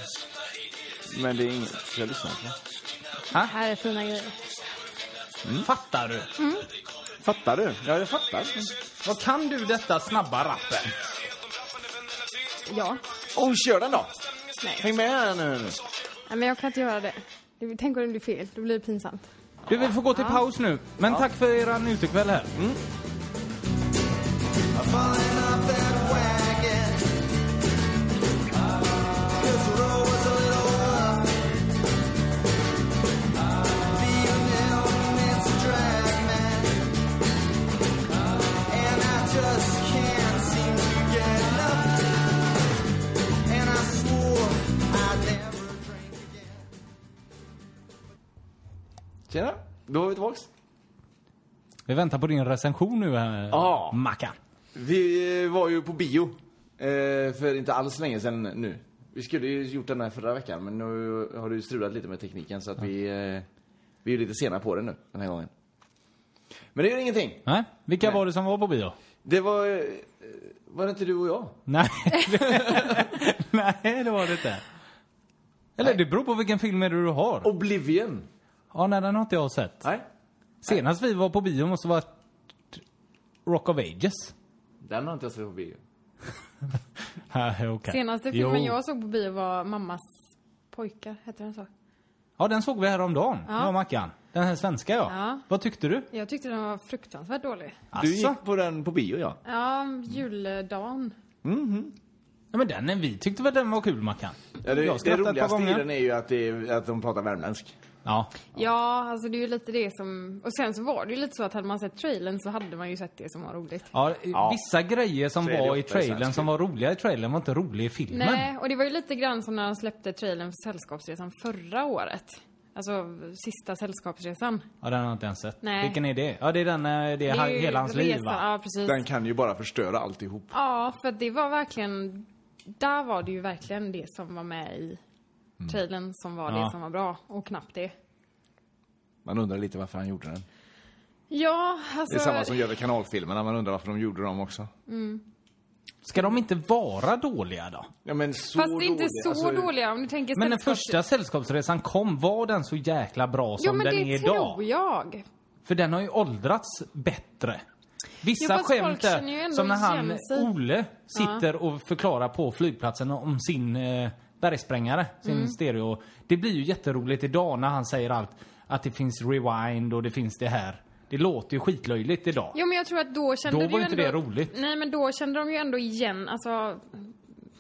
Men det är inget jag lyssnar på. Här är fina grejer. Mm. Fattar du? Fattar du? Ja, jag fattar. Vad kan du detta snabba rappen? Ja. Oh, kör den då! Nej. Häng med här nu. Nej, men jag kan inte göra det. Det- Tänk om det blir fel. Då blir det pinsamt. Du, vi får gå till paus nu. Men tack för eran utekväll här. falling off that wagon. This road was a little rough. Being down, it's a drag, man. And I just can't seem to get enough. And I swore I'd never drink again. Tjena, då är vi tillbaks. Vi väntar på din recension nu, eh, Ja. Mackan. Vi eh, var ju på bio eh, för inte alls länge sedan nu. Vi skulle ju gjort den här förra veckan, men nu har det ju strulat lite med tekniken så att vi, eh, vi är lite sena på det nu den här gången. Men det gör ingenting. Nej, vilka Nej. var det som var på bio? Det var... eh, Var det inte du och jag? Nej, Nej det var det inte. Eller det beror på vilken film är det du har. Oblivion. Ja, nej, den har inte jag sett. Nej. Senast vi var på bio måste vara Rock of Ages. Den har inte jag sett på bio. Ah, okay. Senaste Jo. filmen jag såg på bio var Mammas pojkar, heter den så? Ja, den såg vi häromdagen. Ja. Ja. Jag och Mackan. Den här svenska ja. Ja. Vad tyckte du? Jag tyckte den var fruktansvärt dålig. Du gick på den på bio, ja. Ja, juldagen. Ja, men den, är- vi tyckte väl den var kul Mackan? ja det, det skrattade ett roligaste par i gånger. den är ju att, det, är- att de pratar värmländsk. Ja. Ja, alltså det är ju lite det som... Och sen så var det ju lite så att hade man sett trailern så hade man ju sett det som var roligt. Ja, Ja. Vissa grejer som Så är det var ofta i i trailern svensk som film. var roliga i trailern var inte roliga i filmen. Nej, och det var ju lite grann som när han släppte trailern för Sällskapsresan förra året. Alltså sista Sällskapsresan. Ja, den har jag inte ens sett. Nej. Vilken är det? Ja, det är den, eh, det är, Det är ju hela hans liv resan- va? Ja, precis. Den kan ju bara förstöra alltihop. Ja, för det var verkligen... Där var det ju verkligen det som var med i trailern som var Mm. Ja. det som var bra och knappt det. Man undrar lite varför han gjorde den. Ja, Det alltså... är samma som gör med kanalfilmerna, man undrar varför de gjorde dem också. Ska de inte vara dåliga då? Ja, men så Fast det är inte dålig. så Alltså, dåliga om du tänker Men den Sällskaps- första Sällskapsresan kom, var den så jäkla bra som Jo, men den det är tror idag? jag. För den har ju åldrats bättre. Jo, Vissa fast folk skämt där, känner ju ändå som när han igen sig. Ole sitter och förklarar på flygplatsen om sin eh, bergsprängare, sin Mm. stereo. Det blir ju jätteroligt idag när han säger allt att det finns rewind och det finns det här. Det låter ju skitlöjligt idag. Jo men jag tror att då kände Då du var ju inte ändå, det roligt. Nej men då kände de ju ändå igen, alltså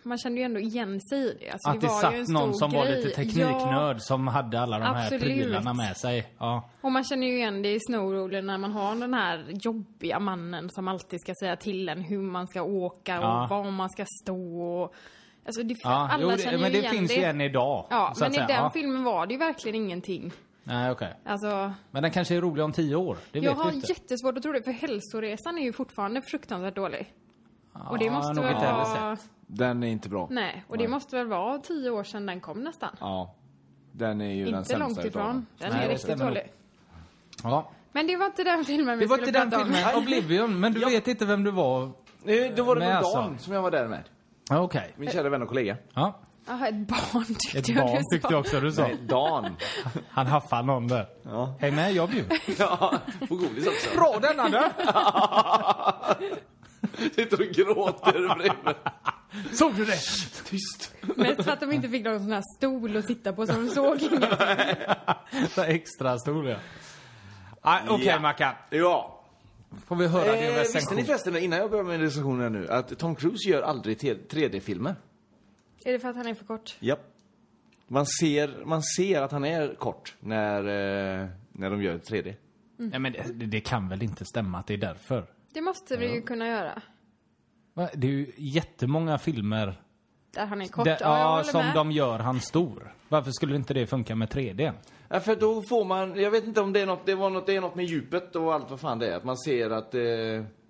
man kände ju ändå igen sig i det. Alltså, att det, var ju en satt stor någon som var grej. lite tekniknörd som hade alla de Absolut. här prylarna med sig. Ja. Ja, och man känner ju igen det i Snowroller när man har den här jobbiga mannen som alltid ska säga till en hur man ska åka och Ja. var man ska stå. Och, alltså det, Ja, alla jo, känner det, ju men det igen finns ju det. än idag. Ja, så men att i säga. den Ja. filmen var det ju verkligen ingenting. Nej, okej. Alltså, Men den kanske är rolig om tio år. Det jag vet vi har inte. jättesvårt att tro det för hälsoresan är ju fortfarande fruktansvärt dålig. och det Ja, måste nog väl inte heller vara... Den är inte bra. Nej, och det måste väl vara tio år sedan den kom nästan. Ja. Den är ju den Inte sämsta långt utav ifrån. dem. Den Nej, är det riktigt stämmer nog. dålig. Ja. Men det var inte den filmen Det vi var skulle inte den prata om. filmen, Oblivion, men du vet inte vem du var. Nej, Eh, Då var det Men med alltså- Dan som jag var där med. Ja, Okej. Min kära vän och kollega. Ja. Jaha, ett barn tyckte Ett jag barn du sa. tyckte jag också du sa. Nej, Dan. Han haffade någon där. Ja. Häng med, jag bjuder. Ja, får godis också. Bra denna du! Sitter och gråter bredvid. Såg du det? Tyst. Mest för att de inte fick någon sån här stol att sitta på så de såg inget. Så extra stor ja. Ah, Okej Ja. Mackan, Ja. får vi höra din Eh, visste ni recension? förresten, innan jag börjar med recensionen nu, att Tom Cruise gör aldrig te- 3D-filmer? Är det för att han är för kort? Japp. Man ser, man ser att han är kort när, eh, när de gör 3D. Nej, men det, det kan väl inte stämma att det är därför? Det måste vi ju kunna göra. Va? Det är ju jättemånga filmer Där han är kort. där, ja, jag håller som med. de gör han stor. Varför skulle inte det funka med 3D? Ja, för då får man, jag vet inte om det är något, det var något, det är något med djupet och allt vad fan det är. Att man ser att, eh,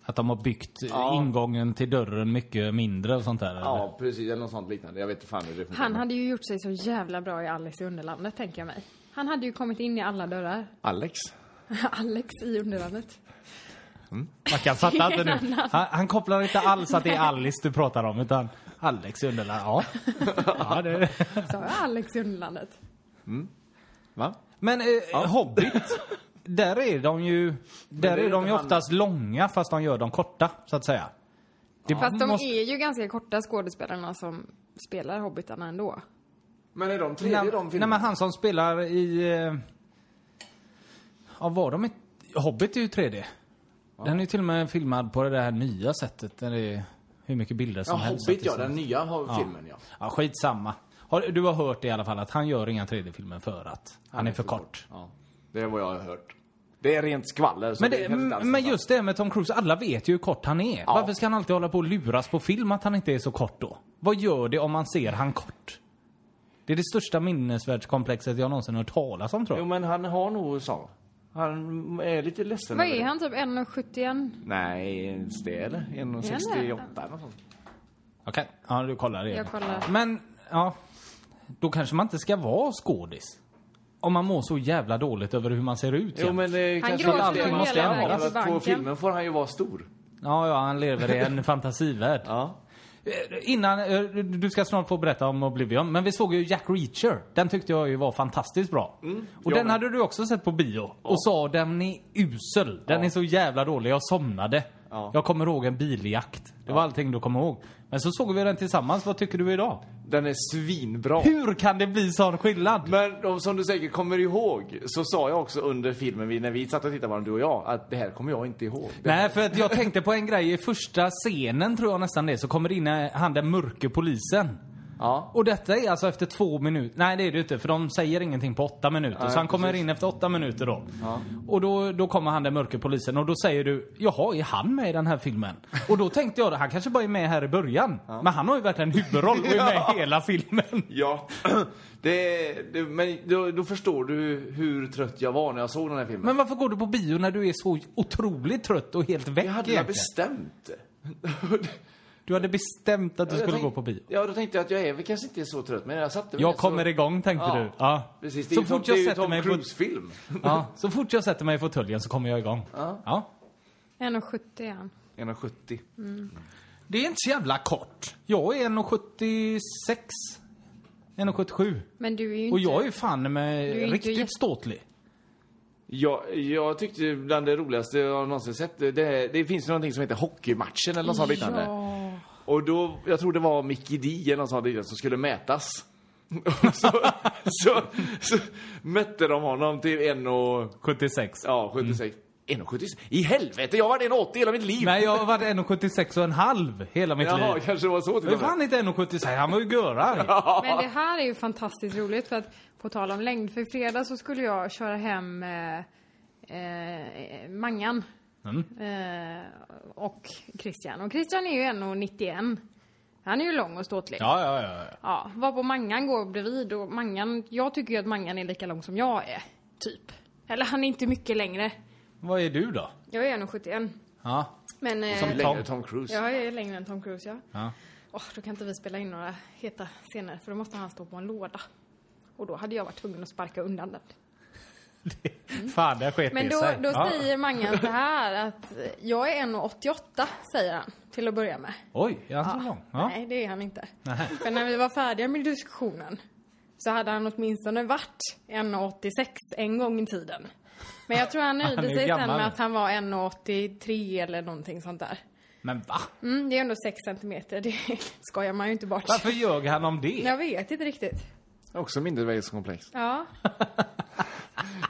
Att de har byggt eh, Ja. ingången till dörren mycket mindre och sånt där? eller? ja precis, eller något sånt liknande. Jag vet inte fan hur det funkar. Han hade ju gjort sig så jävla bra i Alice i Underlandet, tänker jag mig. Han hade ju kommit in i alla dörrar. Alex? Alex i Underlandet. Mackan fattar inte nu. Annan. Han, han kopplar inte alls att det är Alice du pratar om utan Alex i Underland. Ja. ja det... Sa jag Alex i Underlandet? Va? Men eh, Hobbit, där är de ju, där det är är de inte ju han. oftast långa fast de gör dem korta så att säga. Det Fast de måste- är ju ganska korta skådespelarna som spelar hobbitarna ändå. Men är de 3D Nej, de nej, filmerna? men han som spelar i... eh, Ja, var de i... Hobbit är ju 3D. Den är ju till och med filmad på det här nya sättet. Där det är hur mycket bilder ja, som helst. Hobbit ja, Det är den så- nya har- filmen ja. Ja, skitsamma. Har, du har hört i alla fall att han gör inga 3D-filmer för att han, är för kort. ja. Det är vad jag har hört. Det är rent skvaller. Så Men, det det, är helt alls men sant. just det med Tom Cruise, alla vet ju hur kort han är. Varför ska han alltid hålla på och luras på film att han inte är så kort då? Vad gör det om man ser han kort? Det är det största minnesvärdskomplexet jag någonsin har hört talas om tror Jo jag. men han har nog så. Han är lite ledsen Vad över är det. han? Typ 1,71? Nej, ens det eller? 1,68 eller något sånt. Okej, ja du kollar det. Jag kollar. Men, ja. Då kanske man inte ska vara skådis. Om man mår så jävla dåligt över hur man ser ut. Jo jämt. men det Han kanske gråter ju alltid hela måste vägen ändras. till banken. På filmen får han ju vara stor. Ja, ja, han lever i en fantasivärld. Ja. Eh, Innan, eh, du ska snart få berätta om Oblivion, men vi såg ju Jack Reacher. Den tyckte jag ju var fantastiskt bra. och Mm, jag den med. hade du också sett på bio och sa den är usel. Den är så jävla dålig, jag somnade. Ja. Jag kommer ihåg en biljakt. Det var allting du kom ihåg. Men så såg vi den tillsammans, vad tycker du idag? Den är svinbra. Hur kan det bli sån skillnad? Men de som du säkert kommer ihåg så sa jag också under filmen vi, när vi satt och tittade på den, du och jag, att det här kommer jag inte ihåg. Nej, för att jag tänkte på en grej. I första scenen tror jag nästan det, så kommer det in eh, han den mörke polisen. Ja. Och detta är alltså efter två minuter. Nej det är det inte för de säger ingenting på åtta minuter. Nej, så han kommer precis. in efter åtta minuter då. Ja. Och då, då kommer han den mörke polisen och då säger du Jaha, är han med i den här filmen? Och då tänkte jag han kanske bara är med här i början. Men han har ju varit en huvudroll och är med i hela filmen. Ja. Det, det, men då, då förstår du hur trött jag var när jag såg den här filmen. Men varför går du på bio när du är så otroligt trött och helt väck jag hade jag egentligen? bestämt. Du hade bestämt att du Jag skulle tänk- gå på bio. Ja, då tänkte jag att jag är väl kanske inte så trött, men jag satte mig Jag ner, kommer så... igång tänkte Ja, du. Ja. Precis, det är Så ju Tom- fort jag det är ju sätter Tom mig på... Cruise-film. Ja, så fort jag sätter mig i fåtöljen så kommer jag igång. Ja. Ja. 1,70 är han. 1,70. Det är inte så jävla kort. Jag är 1,76. 1,77. Men du är ju inte... Och jag är ju fan Du är med inte riktigt jätte- ståtlig. Jag, jag tyckte bland det roligaste jag någonsin sett, det, det, det finns ju någonting som heter hockeymatchen eller något sånt liknande. Och då, jag tror det var Mickey D eller något sånt liknande som skulle mätas. Och så, så, så mätte de honom till 1 och, 76. ja 76. 1,76? I helvete, jag var 1,80 hela mitt liv! Mm. Nej, jag har varit 1,76 och en halv hela mitt Jaha, liv. kanske det var så till Det och var med. fan inte 1,76. Han var ju görarg. Men det här är ju fantastiskt roligt för att på tal om längd, för i fredag så skulle jag köra hem eh, eh, Mangan Mm. eh, och Christian. Och Christian är ju 1,91. Han är ju lång och ståtlig. Ja, ja, ja. ja. Ja, var på Mangan går bredvid och Mangan, jag tycker ju att Mangan är lika lång som jag är. Typ. Eller han är inte mycket längre. Vad är du då? Jag är 1,71. Ja. Men eh, Som Längre Tom. Tom Cruise. jag är längre än Tom Cruise ja. Ja. Åh, då kan inte vi spela in några heta scener för då måste han stå på en låda. Och då hade jag varit tvungen att sparka undan den. Fan, där sket Men det då, sig. då Ja. säger Mangan så här att eh, jag är 1,88 säger han till att börja med. Oj, är han så lång? Ja. Nej, det är han inte. Nej. För när vi var färdiga med diskussionen så hade han åtminstone varit 1,86 en gång i tiden. Men jag tror han Han är nöjde ju sig sen gammal. med att han var 1,83 eller någonting sånt där. Men va? Mm, det är ändå 6 centimeter, det skojar man ju inte bort. Varför ljög han om det? Jag vet inte riktigt. Också mindervärdeskomplex. Ja,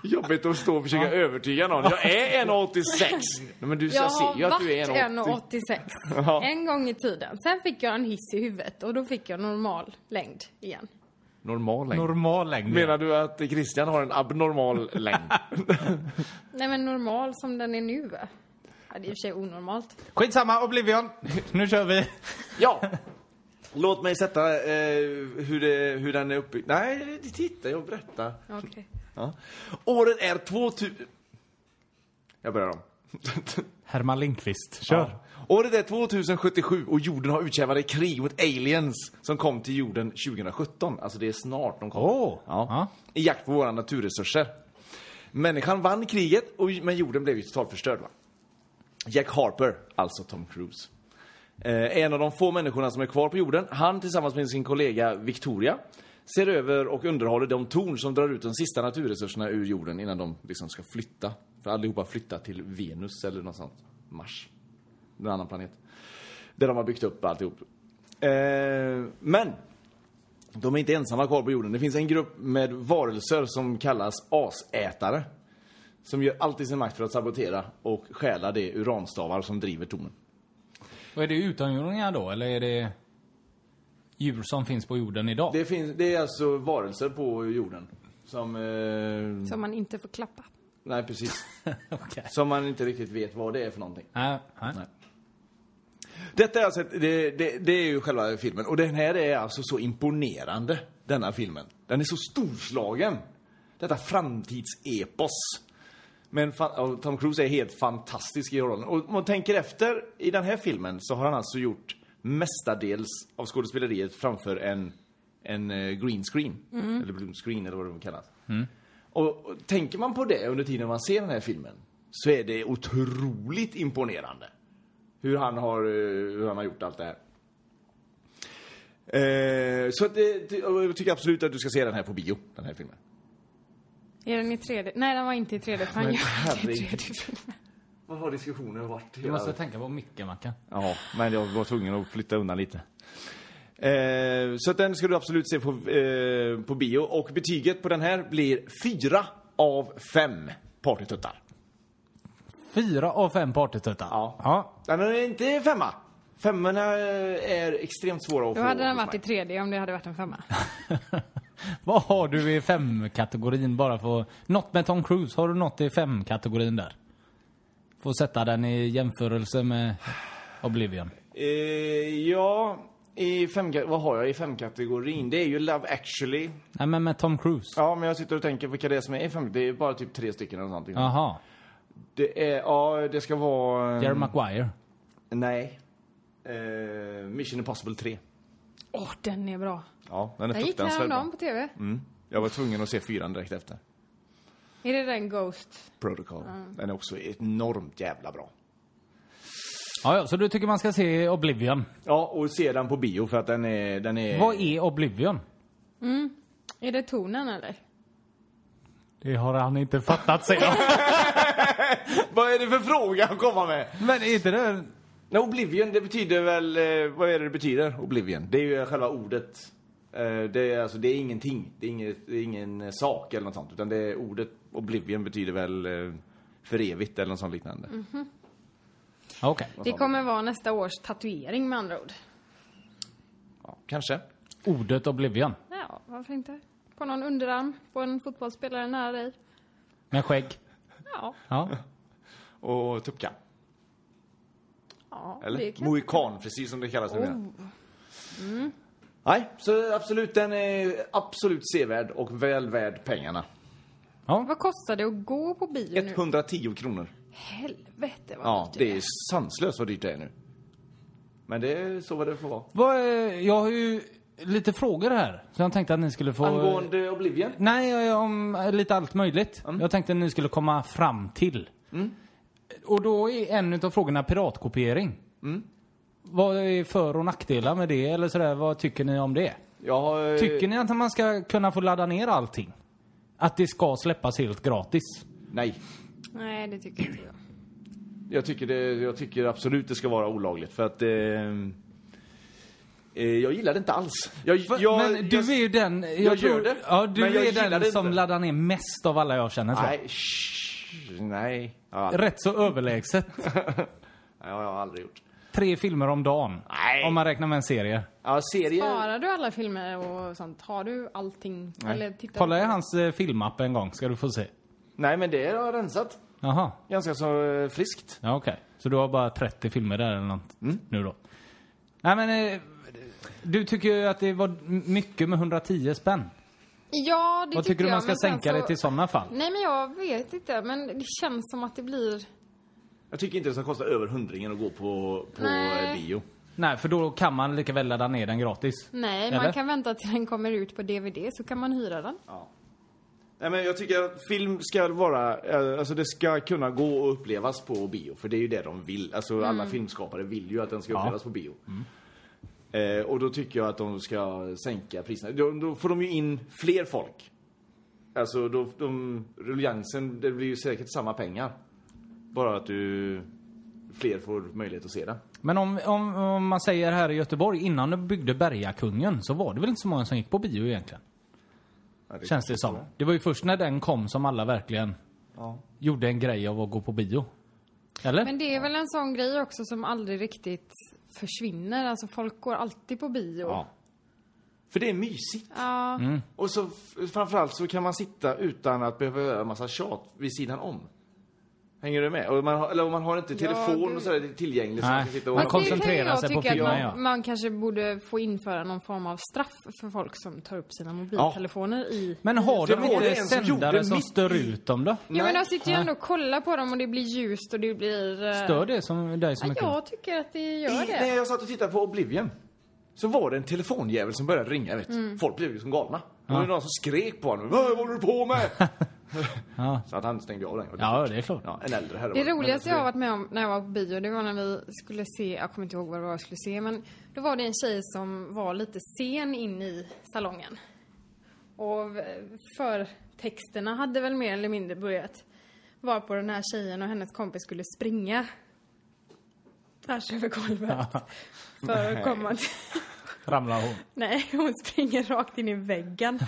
Jobbigt att stå och försöka övertyga någon. Jag är 1,86! Nej, men du, jag jag ser ju har att du varit är 1,80. 1,86 Ja. en gång i tiden. Sen fick jag en hiss i huvudet och då fick jag normal längd igen. Normal längd. Normal längd. Menar du att Christian har en abnormal längd? Nej men normal som den är nu. va? Ja, det är i och för sig onormalt. Skitsamma, Oblivion. Nu kör vi. Ja! Låt mig sätta eh, hur, det, hur den är uppbyggd. Nej, titta, jag berättar. Okej. Ja. Året är 2000... Jag börjar om. Herman Lindqvist, kör. Ja. Året är 2077 och jorden har utkämpade krig mot aliens som kom till jorden 2017. Alltså det är snart de kom. Åh! Ja. Ja. I jakt på våra naturresurser. Människan vann kriget, och, men jorden blev ju totalförstörd. Va? Jack Harper, alltså Tom Cruise. Eh, en av de få människorna som är kvar på jorden. Han tillsammans med sin kollega Victoria ser över och underhåller de torn som drar ut de sista naturresurserna ur jorden innan de liksom ska flytta. För allihopa flytta till Venus eller något sånt. Mars. En annan planet. Där de har byggt upp alltihop. Eh, men de är inte ensamma kvar på jorden. Det finns en grupp med varelser som kallas asätare. Som gör allt i sin makt för att sabotera och stjäla de uranstavar som driver tornen. Och är det utomjordingar då, eller är det djur som finns på jorden idag? Det, finns, det är alltså varelser på jorden. Som... Eh, Som man inte får klappa. nej, precis. Okej. Som man inte riktigt vet vad det är för någonting. Nej, nej. Nej. Detta är alltså, ett- det, det, det är ju själva filmen. Och den här är alltså så imponerande, denna filmen. Den är så storslagen. Detta framtidsepos. Men fan, och Tom Cruise är helt fantastisk i rollen. Och om man tänker efter, i den här filmen så har han alltså gjort mestadels av skådespeleriet framför en, en eh, green screen. Eller blue screen eller vad det kallas. Och, och tänker man på det under tiden man ser den här filmen så är det otroligt imponerande hur han har, eh, hur han har gjort allt det här. Eh, så att det, det, och jag tycker absolut att du ska se den här på bio, den här filmen. Är den i 3D? Nej, den var inte i 3D. Fan, Men jag är herregud. i 3D. Vad har diskussionen varit? Du måste tänka på mickamackan. Ja, men jag var tvungen att flytta undan lite. Eh, så att den ska du absolut se på, eh, på bio. Och betyget på den här blir fyra av fem partytuttar. Fyra av fem partytuttar. Ja. ja. Den är inte femma. Femmorna eh, är extremt svåra att Då få. hade den hos varit i mig. 3D om det hade varit en femma. Vad har du i fem-kategorin bara för... Något med Tom Cruise, har du något i fem-kategorin där? Får sätta den i jämförelse med Oblivion. Eh, ja, i fem, vad har jag i femkategorin? Det är ju Love actually. Nej men med Tom Cruise. Ja, men jag sitter och tänker vilka det är som är i fem. Det är bara typ tre stycken eller någonting. Jaha. Det är, ja, det ska vara... eh, Jerry Maguire. Nej. Eh, Mission Impossible 3. Åh, den är bra. Ja, den är Den gick fruktansvärt bra. häromdagen på TV. Mm. Jag var tvungen att se fyran direkt efter. Är det den Ghost? Protocol. Den är också enormt jävla bra. Ja, ja, så du tycker man ska se Oblivion. Ja, och se den på bio för att den är... Den är... Vad är Oblivion? Är det tonen eller? Det har han inte fattat säger jag. Vad är det för fråga att komma med? Men är inte det... Nej, Oblivion, det betyder väl... eh, Vad är det det betyder? Oblivion. Det är ju själva ordet. Eh, Det är, alltså, det är ingenting. Det är, inget, det är ingen eh, sak eller något sånt. Utan det är ordet Oblivion betyder väl eh, för evigt eller något sånt liknande. Ja, Okej. Det kommer vara nästa års tatuering med andra ord. Ja, kanske. Ordet Oblivion. Ja, varför inte? På någon underarm på en fotbollsspelare nära dig. Med skägg. Ja, Ja. Och tuppkam. ja det Eller? kan... Mohikan, precis som det kallas numera. Oh. Mm. Nej, så absolut, den är absolut sevärd och väl värd pengarna. ja. Vad kostar det att gå på bio nu? 110 kronor. Helvete vad Ja, dyrt det är sanslöst vad dyrt det är nu. Men det är så vad det får vara. Vad, är- jag har ju lite frågor här. Så jag tänkte att ni skulle få... Angående Oblivion? Nej, jag- jag- om eh, lite allt möjligt. Jag tänkte att ni skulle komma fram till. Och då är en av frågorna piratkopiering. Vad är för och nackdelar med det? Eller sådär, vad tycker ni om det? Jag har, eh, Tycker ni att man ska kunna få ladda ner allting? Att det ska släppas helt gratis? Nej. Nej, det tycker inte jag. Jag tycker, det, jag tycker absolut det ska vara olagligt för att... Eh, eh, jag gillar det inte alls. Jag, jag, men du jag, är ju den... Jag, jag tror, gör det, Ja, du men jag är gillar den det som inte. laddar ner mest av alla jag känner. tror jag. Nej, shh, nej. Ja, Rätt så överlägset. nej, jag har aldrig gjort. Tre filmer om dagen. Nej. Om man räknar med en serie. Ja, serier... Sparar du alla filmer och sånt? Har du allting? Eller tittar Kolla i du? hans eh, filmapp en gång ska du få se. Nej, men det har jag rensat. Jaha, Ganska så eh, friskt. ja, okej. Så du har bara 30 filmer där eller något Mm. nu då? Nej men, eh, du tycker ju att det var mycket med 110 spänn. Ja, det Vad tycker du jag, man ska men sen sänka så- det till sådana fall? Nej, men jag vet inte. Men det känns som att det blir... Jag tycker inte det ska kosta över hundringen att gå på, på Nej. eh, bio. Nej, för då kan man lika väl ladda ner den gratis. Nej, Eller? man kan vänta till den kommer ut på DVD så kan man hyra den. Nej, men jag tycker att film ska vara, eh, alltså det ska kunna gå att upplevas på bio. För det är ju det de vill. Alltså alla filmskapare vill ju att den ska upplevas på bio. Mm. Eh, och då tycker jag att de ska sänka priserna. Då, då får de ju in fler folk. Alltså då, de, ruljansen, det blir ju säkert samma pengar. Bara att du, fler får möjlighet att se den. Men om, om, om man säger här i Göteborg, innan de byggde Bergakungen så var det väl inte så många som gick på bio egentligen? Ja, det- Känns det som. Det var ju först när den kom som alla verkligen Ja. gjorde en grej av att gå på bio. Eller? Men det är väl en sån grej också som aldrig riktigt försvinner. Alltså folk går alltid på bio. Ja. För det är mysigt. Ja, Och så f- framförallt så kan man sitta utan att behöva göra en massa tjat vid sidan om. Hänger du med? Och man har, eller om man har inte telefon gud. och sådär tillgängligt så Nej. man kan sitta och... Man Fast koncentrerar det kan jag sig på tycka att filmen, man, ja. man kanske borde få införa någon form av straff för folk som tar upp sina mobiltelefoner i... Men har Det de var inte det en som sändare gjorde som mitt stör i. ut dem då? Ja, men jag sitter ju ändå och kollar på dem och det blir ljust och det blir... eh, Stör det som dig så Ja, mycket? jag tycker att det gör I, när det. jag satt och tittade på Oblivion så var det en telefonjävel som började ringa. Vet. du. Mm. Folk blev ju som galna. Det var ju någon som skrek på honom. Vad håller du på med? Så att han stängde av den. Ja, det är klart. Ja, en äldre herre. Det var Men roligaste jag har alltså, varit med om när jag var på bio, det var när vi skulle se, jag kommer inte ihåg vad det var jag skulle se, men då var det en tjej som var lite sen in i salongen. Och förtexterna hade väl mer eller mindre börjat. Var på den här tjejen och hennes kompis skulle springa tvärs över golvet för att komma till... Ramlar hon. Nej, hon springer rakt in i väggen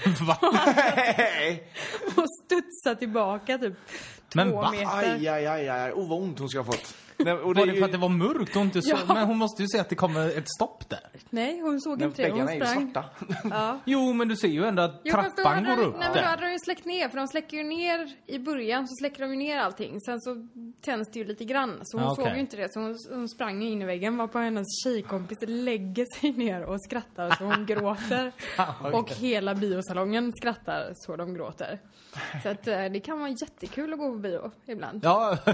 Nej! och studsar tillbaka typ Men två va? meter. Aj, aj, aj, aj. Oh, vad ont hon ska ha fått. Nej, och Var är det ju- för att det var mörkt och inte så? Ja. Men hon måste ju se att det kommer ett stopp där. Nej, hon såg Nej, inte det. Hon Väggarna är ju sprang. svarta. Ja. Jo, men du ser ju ändå att Jo, fast då trappan hade går de- upp Nej, men då där. hade de ju släckt ner, för de släcker ju ner i början, så släcker de ju ner allting. Sen så tänds det ju lite grann, så hon Ja, okej. såg ju inte det. Så hon, hon sprang ju in i väggen, var på hennes tjejkompis lägger sig ner och skrattar så hon gråter. Och hela biosalongen skrattar så de gråter. Så att eh, det kan vara jättekul att gå på bio ibland. Ja,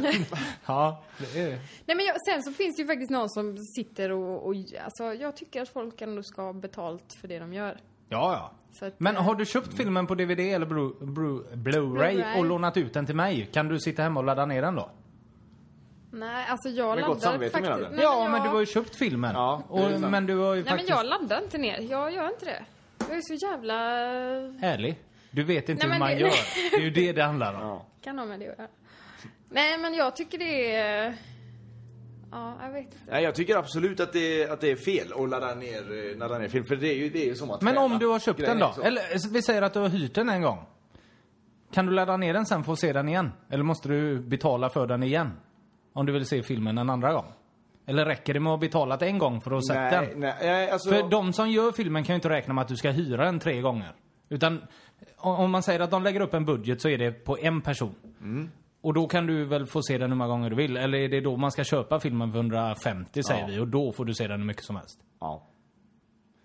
ja det är... Nej, men jag, sen så finns det ju faktiskt någon som sitter och, och alltså, jag tycker att folk ändå ska ha betalt för det de gör. Ja, ja. Så att, Men eh, har du köpt filmen på DVD eller Blu- Blu- Blu-ray Blu-ray. och lånat ut den till mig? Kan du sitta hemma och ladda ner den då? Nej, alltså jag Med laddar gott samvete faktiskt... menar du? Nej, ja, men jag- du har ju köpt filmen. Ja, det är och, sant. men du har ju Nej, men faktiskt... jag laddar inte ner. Jag gör inte det. Jag är så jävla... Ärlig. Du vet inte hur Nej, men man gör. det- Det är ju det det handlar om. Ja. Kan ha med det att göra. Nej, men jag tycker det är... Ja, jag vet inte. Nej, jag tycker absolut att det, att det är fel att ladda ner, eh, ladda ner film. För det är ju, det är ju som att Men stjäla. om du har köpt Grejen den är då? så. Eller så vi säger att du har hyrt den en gång. Kan du ladda ner den sen för att se den igen? Eller måste du betala för den igen? Om du vill se filmen en andra gång? Eller räcker det med att ha betalat en gång för att ha sett nej, den? nej, nej, alltså... För de som gör filmen kan ju inte räkna med att du ska hyra den tre gånger. Utan o- om man säger att de lägger upp en budget så är det på en person. Mm. Och då kan du väl få se den hur många gånger du vill. Eller är det då man ska köpa filmen för 150 säger Ja. vi och då får du se den hur mycket som helst. Ja.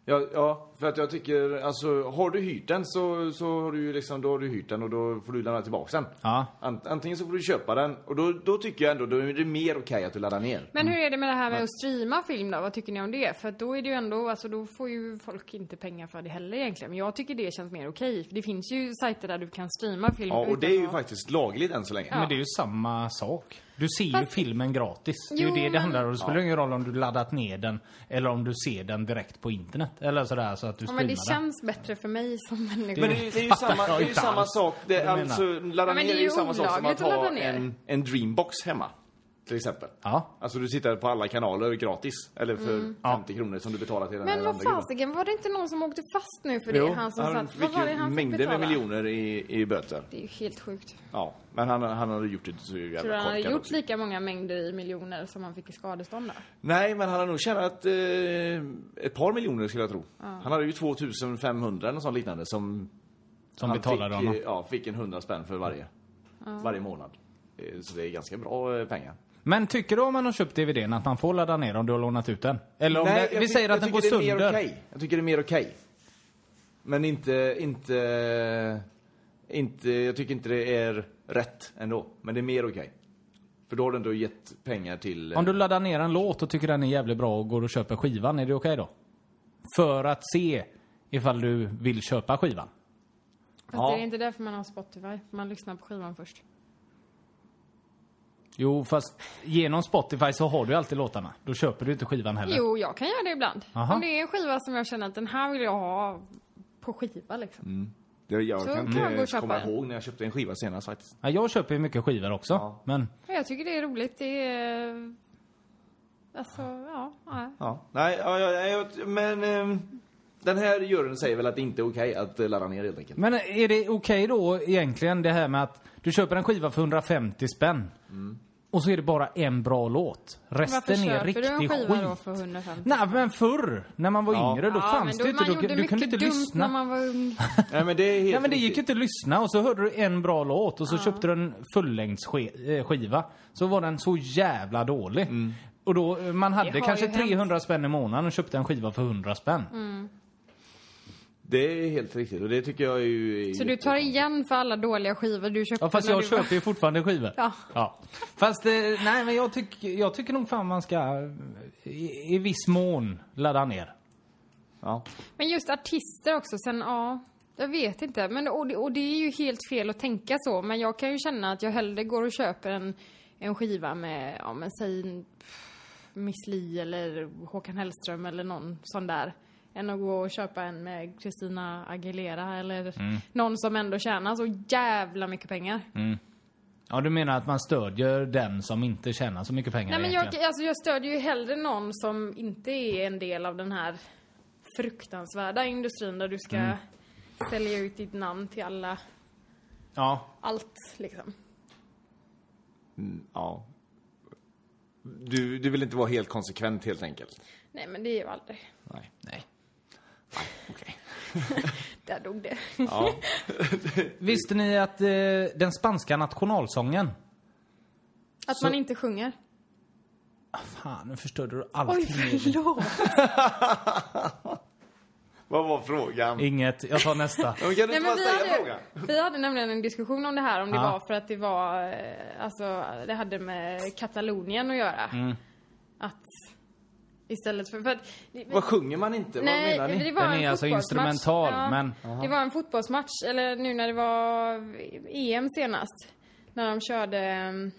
Ja, ja, för att jag tycker, alltså har du hyrt den så, så har du ju liksom, då har du hyrt den och då får du lämna tillbaka den. Ja. Ant, antingen så får du köpa den och då, då tycker jag ändå, då är det mer okej att du laddar ner. Men hur är det med det här Mm. med att streama film då? Vad tycker ni om det? För att då är det ju ändå, alltså då får ju folk inte pengar för det heller egentligen. Men jag tycker det känns mer okej. För det finns ju sajter där du kan streama film. Ja, och utan det är ju att- faktiskt lagligt än så länge. Men det är ju samma sak. Du ser ju Fast- filmen gratis. Det är ju Jo, det det men- handlar om. Det spelar ingen roll om du laddat ner den eller om du ser den direkt på internet. Eller sådär så att du Ja, streamar men det den. känns bättre för mig som människa. Men det, är- det är ju Fattar samma, det jag är ju inte samma alls sak. Det, vad du alltså, ladda Ja, men ner det är är ju ju samma sak som att olagligt att ha ladda ner. en, en Dreambox hemma. Till exempel. Ja. Alltså du tittar på alla kanaler gratis. Eller för 50 kronor som du betalar till den här Mm. Men vad andra gubben. fasiken, var det inte någon som åkte fast nu för det? han som satt, vad fick var det ju han fick mängder betala? med miljoner i, i böter. Det är ju helt sjukt. Ja, men han, han hade gjort det så jävla Tror du han hade korkat gjort också. lika många mängder i miljoner som han fick i skadestånd då? Nej, men han hade nog tjänat eh, ett par miljoner skulle jag tro. Han hade ju 2500 eller något sånt liknande som... Som han betalade fick, eh, honom. Ja, fick en hundra spänn för varje. Varje månad. Eh, Så det är ganska bra eh, pengar. Men tycker du om man har köpt DVDn att man får ladda ner om du har lånat ut den? Eller om Nej, det, jag vi tyck- säger jag att den går tycker det är mer sönder. okej. Jag tycker det är mer okej. Men inte, inte, inte, jag tycker inte det är rätt ändå. Men det är mer okej. För då har du ändå gett pengar till... eh, Om du laddar ner en låt och tycker den är jävligt bra och går och köper skivan, är det okej då? För att se ifall du vill köpa skivan. Fast Ja. är det inte därför man har Spotify? Man lyssnar på skivan först. Jo, fast genom Spotify så har du ju alltid låtarna. Då köper du inte skivan heller. Jo, jag kan göra det ibland. Aha. Om det är en skiva som jag känner att den här vill jag ha på skiva liksom. Mm. Jag, eh, jag Så kan kan man gå inte och köpa komma en. ihåg när jag köpte en skiva senast faktiskt. Ja, jag köper ju mycket skivor också. Ja. Men Ja, Jag tycker det är roligt. Det är... Alltså, ja. nej. Ja. Nej, ja, ja, ja, jag, men ehm, den här juryn säger väl att det inte är okej att eh, ladda ner helt enkelt. Men är det okej då egentligen det här med att du köper en skiva för 150 spänn Mm. och så är det bara en bra låt. Varför Resten är köper riktig du en skiva då skit. för 150? Nej men förr, när man var Ja. yngre, då fanns det ju inte. man Du, gjorde du kunde mycket inte dumt lyssna. när man var ung. Nej, men det är helt Nej men det gick riktigt. ju inte att lyssna och så hörde du en bra låt och så köpte du en fullängdsskiva. Så var den så jävla dålig. Och då, eh, man har hade ju kanske hänt. Mm. 300 spänn i månaden och köpte en skiva för 100 spänn. Det är helt riktigt och det tycker jag är ju... är Så du jätte- tar igen för alla dåliga skivor du köpte Ja fast när jag du var- köper ju fortfarande skivor. Ja. Fast eh, nej men jag, tyck, jag tycker nog fan man ska eh, i, i viss mån ladda ner. Ja. Men just artister också, sen ja. Jag vet inte, men och det, och det är ju helt fel att tänka så. Men jag kan ju känna att jag hellre går och köper en, en skiva med, ja men säg en- Miss Li eller Håkan Hellström eller någon sån där. Än att gå och köpa en med Christina Aguilera eller någon som ändå tjänar så jävla mycket pengar. Ja du menar att man stödjer den som inte tjänar så mycket pengar Nej men jag, egentligen? alltså, jag stödjer ju hellre någon som inte är en del av den här fruktansvärda industrin där du ska sälja ut ditt namn till alla Ja. allt liksom. ja. Du, du vill inte vara helt konsekvent helt enkelt. Nej men det är ju aldrig. Nej. Nej. Okej. Där dog det. Ja. Visste ni att eh, den spanska nationalsången Att man inte sjunger. Fan, nu förstörde du Oj allting. förlåt. Vad var frågan? Inget, jag tar nästa. Men kan du Nej, inte men bara vi, säga frågan? hade, vi hade nämligen en diskussion om det här om det Ja. var för att det var eh, alltså det hade med Katalonien att göra. Mm. Att istället för, för att Vad sjunger man inte? Nej, Vad menar det ni? var Den en är alltså fotbollsmatch. instrumental, men- Det var en fotbollsmatch, eller nu när det var EM senast. När de körde... ehm,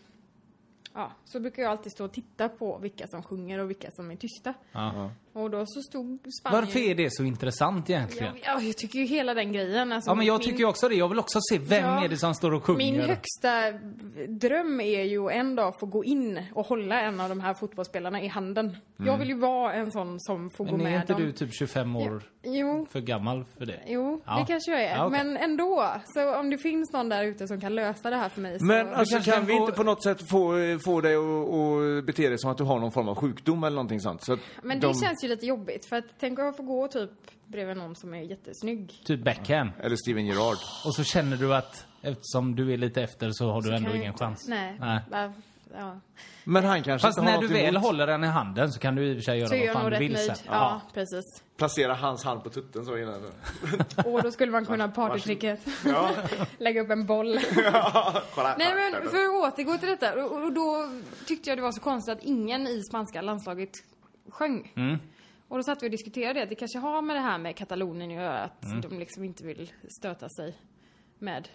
Ja, så brukar jag alltid stå och titta på vilka som sjunger och vilka som är tysta. Ja. Och då så stod Spanien... Varför är det så intressant egentligen? jag, jag, jag tycker ju hela den grejen. Alltså Ja, men jag min, tycker ju också det. Jag vill också se vem Ja. är det som står och sjunger. Min högsta dröm är ju en dag få gå in och hålla en av de här fotbollsspelarna i handen. Jag vill ju vara en sån som får gå Mm. men med är inte dem. du typ 25 år Jo, för gammal för det? Jo, Ja. det kanske jag är. Ja, okej. Men ändå. Så om det finns någon där ute som kan lösa det här för mig så... Men alltså, kanske kan kan vi få- inte på något sätt få, eh, få dig att att bete dig som att du har någon form av sjukdom eller någonting sånt? Så att Men det de, känns ju lite jobbigt för att tänk om jag får gå typ bredvid någon som är jättesnygg. Typ Beckham. Eller Steven Gerrard. Och så känner du att eftersom du är lite efter så har du Så ändå kan jag ingen inte- chans. Nej. Nej. Va- ja. Men han kanske Fast inte har när du något väl emot. håller den i handen så kan du i och för sig göra Så är vad jag fan nog du rätt vill nöjd. sen. Ja, Ja. precis. Placera hans hand på tutten så innan. Och då skulle man kunna partytricket. Lägga upp en boll. Kolla. Nej men för att återgå till detta. Och och då tyckte jag det var så konstigt att ingen i spanska landslaget sjöng. Mm. Och då satt vi och diskuterade det. att Det kanske har med det här med Katalonien att göra. Att Mm. de liksom inte vill stöta sig med.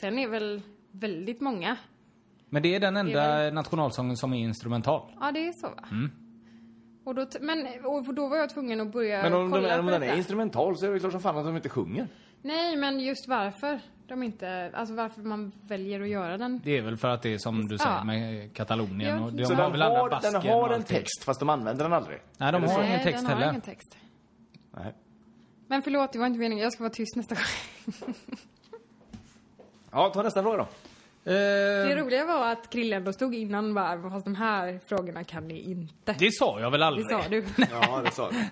Sen är väl väldigt många. Men det är den enda Det är nationalsången som är instrumental. Ja det är så va? Mm. Och då, t- men och då var jag tvungen att börja Men om, de, kolla om på den är detta. instrumental så är det klart som fan att de inte sjunger. Nej men just varför de inte, alltså varför man väljer att göra den. Det är väl för att det är som du Ja. säger med Katalonien. Ja. Och de så har den väl andra har, basken den och har en allting. text fast de använder den aldrig. Nej, de har ingen text den har heller. ingen text. Nej. Men förlåt, det var inte meningen. Jag ska vara tyst nästa gång. Ja, ta nästa fråga då. Det Eh, roliga var att Krille då stod innan bara, fast de här frågorna kan ni inte. det sa jag väl Det aldrig? sa du. Ja, det sa du.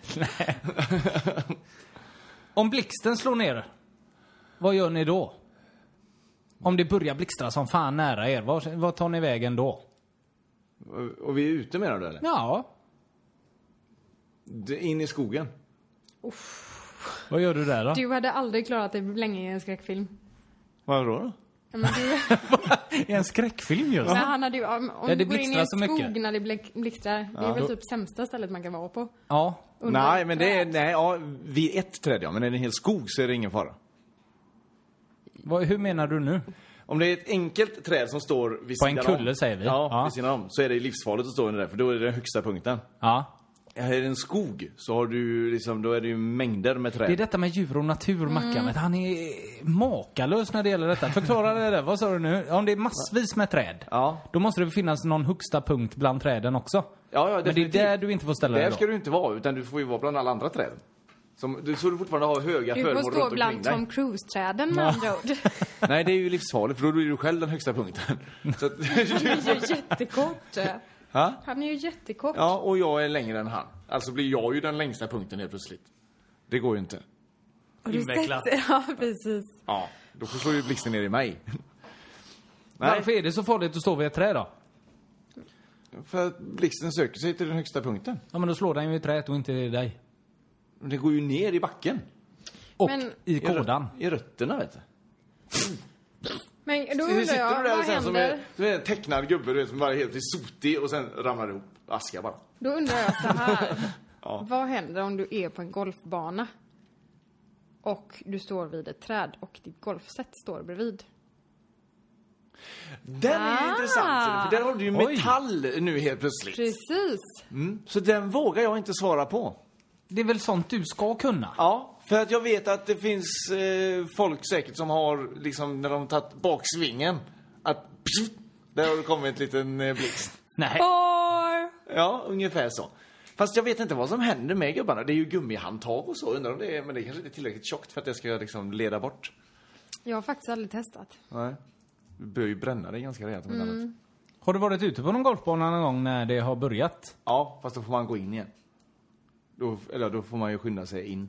Om blixten slår ner, vad gör ni då? Om det börjar blixtra som fan nära er, vad, vad tar ni vägen då? Och- Och vi är ute menar du eller? Ja. Det- In i skogen. Vad gör du där då? Du hade aldrig klarat dig länge i en skräckfilm. Vadå då? Ja, Men du, I en skräckfilm just. Nej, han hade ju, om om Ja, det du går in i blixtrar en så mycket. skog när det blick- blixtrar, det är väl typ sämsta stället man kan vara på. Ja. Under nej, men det är, träd. nej, ja, vid ett träd ja, men är det en hel skog så är det ingen fara. Vad, hur menar du nu? Om det är ett enkelt träd som står vid På en sidan kulle, om, säger vi. Ja, Ja. vid sidan om, så är det livsfarligt att stå under det, för då är det den högsta punkten. Ja. Är det en skog så har du liksom, då är det ju mängder med träd. Det är detta med djur och natur, Mm. Mackan. vet du. Han är makalös när det gäller detta. Förklara det där. Vad sa du nu? Om det är massvis med träd, Ja. då måste det finnas någon högsta punkt bland träden också. ja, ja, Men det är definitivt. där du inte får ställa Där dig ska då. du inte vara, utan du får ju vara bland alla andra träd. Som, du, så du fortfarande har höga Du föremål får stå runt omkring bland dig. Tom Cruise-träden med andra ord. Nej, det är ju livsfarligt, för då blir du själv den högsta punkten. Så att, Han är ju jättekort. Ha? Han är ju jättekort. ja, och jag är längre än han. Alltså blir jag ju den längsta punkten helt plötsligt. Det går ju inte. Har du invecklat. sett- Ja, precis. Ja, då slår ju blixten ner i mig. Nej, Varför är det så farligt att stå vid ett träd då? för att blixten söker sig till den högsta punkten. Ja, men då slår den ju i trädet och inte i dig. Men det går ju ner i backen. Och Men- i I rö- kådan. I rötterna, vet du. Men då Hur undrar sitter jag, du där vad sen som är, händer? som är en tecknad gubbe, du vet, som bara är helt sotig och sen ramlar ihop. Aska bara. Då undrar jag så här. Vad händer om du är på en golfbana? Och du står vid ett träd och ditt golfset står bredvid. Den är ju Ah. intressant, ser du, för där har du ju Oj. metall nu helt plötsligt. Mm. Precis! Så den vågar jag inte svara på. Det är väl sånt du ska kunna? Ja, för att jag vet att det finns eh, folk säkert som har, liksom, när de tagit baksvingen, att pssst, där har det kommit en liten eh, blixt. Nej. Or... Ja, ungefär så. Fast jag vet inte vad som händer med gubbarna. Det är ju gummihandtag och så. Undrar om det är, men det kanske inte är tillräckligt tjockt för att det ska liksom leda bort. Jag har faktiskt aldrig testat. Nej. Du bör ju bränna dig ganska rejält om inte annat. Har du varit ute på någon golfbana någon gång när det har börjat? Ja, fast då får man gå in igen. Då, eller då får man ju skynda sig in.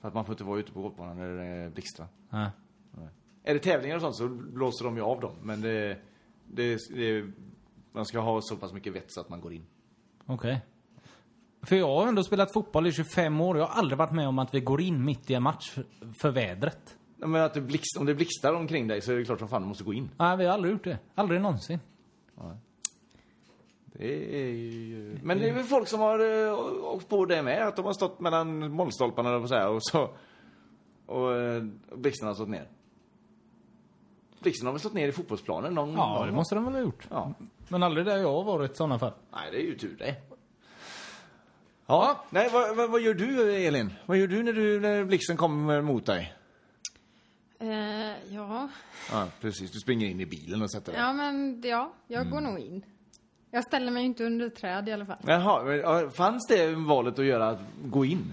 För att man får inte vara ute på golfbanan när det blixtrar. Nej. Är det tävlingar och sånt så blåser de ju av dem. Men det, det, det, man ska ha så pass mycket vett så att man går in. Okej. För jag har ändå spelat fotboll i 25 år. Jag har aldrig varit med om att vi går in mitt i en match för, för vädret. Nej, Men att det blixt, om det blixtrar omkring dig så är det klart som fan du måste gå in. Nej, vi har aldrig gjort det. Aldrig någonsin. Det är ju... Men det är väl folk som har eh, åkt på det med, att de har stått mellan målstolparna eller vad säger jag, och så... Och eh, blixten har slått ner. Blixten har väl slått ner i fotbollsplanen någon Ja, någon det gång? måste de väl ha gjort. Ja. Men aldrig där jag har varit i sådana fall. Nej, det är ju tur det. Ja, nej, vad, vad, vad gör du Elin? Vad gör du när, du, när blixten kommer mot dig? Eh, ja. Ja, precis. Du springer in i bilen och sätter dig. ja, men ja, jag går Mm. nog in. Jag ställer mig inte under ett träd i alla fall. Jaha, men, ja, fanns det valet att göra att gå in?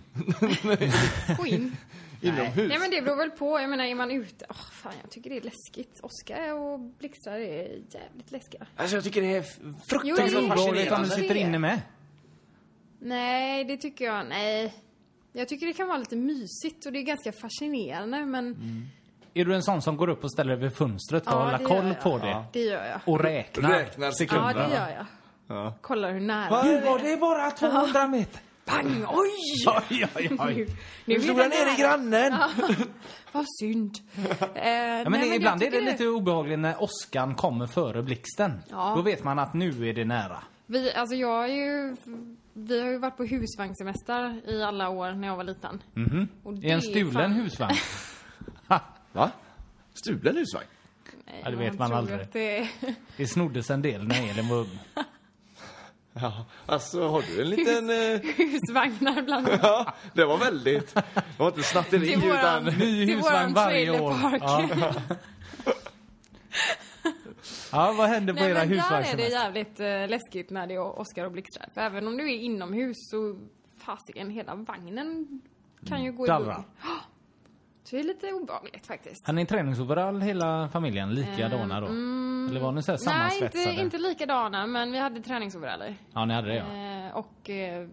Gå in. Inomhus? Nej men det beror väl på. Jag menar är man ute, åh fan jag tycker det är läskigt. Oskar och blixtar är jävligt läskiga. Alltså jag tycker det är Jo, det är fruktansvärt Dåligt om fascinerande. du sitter inne med. Nej, det tycker jag nej. Jag tycker det kan vara lite mysigt och det är ganska fascinerande men Är du en sån som går upp och ställer dig vid fönstret för Ja, att hålla det koll gör jag. på det? Det gör jag. Och räknar? Räknar Ja, sekunderna. det gör jag. Kollar hur nära. Nu var det bara 200 meter! Pang! Oj! Oj, oj, Nu, oj. nu Slog den ner i grannen? Vad synd. Eh, Ja, men det, ibland är det lite obehagligt när åskan kommer före blixten. Ja. Då vet man att nu är det nära. Vi, alltså jag är ju, vi har ju varit på husvagnssemester i alla år när jag var liten. Och det I Mhm. en stulen fan- husvagn. Va? Stulen husvagn? Nej, Ja, det vet man tror aldrig. att Det, Det snoddes en del när Elin var ung. Ja, alltså har du en liten... eh, husvagnar bland annat. Ja, det var väldigt. Det var inte snatteri Till våran- utan... Ny Till husvagn våran varje år. trailerpark. Ja. ja, vad hände på Nej era men där är det husvagnssemester? jävligt eh, läskigt när det är Oscar och blixtrar. För även om du är inomhus så fasiken hela vagnen kan ju gå Mm. Dallra. igång. Så det är lite obehagligt faktiskt. Han är i träningsoverall hela familjen, likadana då? Eller var ni så här Eh, mm. Nej, inte, sammansvetsade? inte likadana, men vi hade träningsoveraller. Ja, ni hade det ja. Eh, och eh,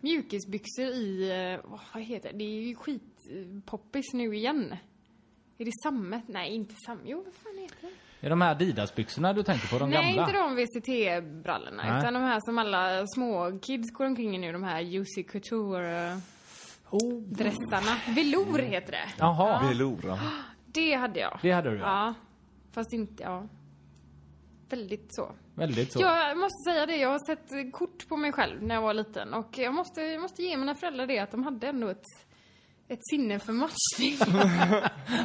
mjukisbyxor i, eh, åh, vad heter det? Det är ju skitpoppis nu igen. Är det sammet? Nej, inte sammet. Jo, vad fan heter det? Är de här Adidas-byxorna du tänker på? De Nej, gamla? inte de VCT-brallorna. Nej. Utan de här som alla små kids går omkring i nu. De här Juicy Couture-dressarna. Oh. Velour heter det. Jaha, Velora. Det hade jag. Det hade du, ja. ja. Fast inte, ja. Väldigt så. väldigt så. Jag måste säga det, jag har sett eh, kort på mig själv när jag var liten och jag måste, jag måste ge mina föräldrar det att de hade ändå ett, ett sinne för matchning.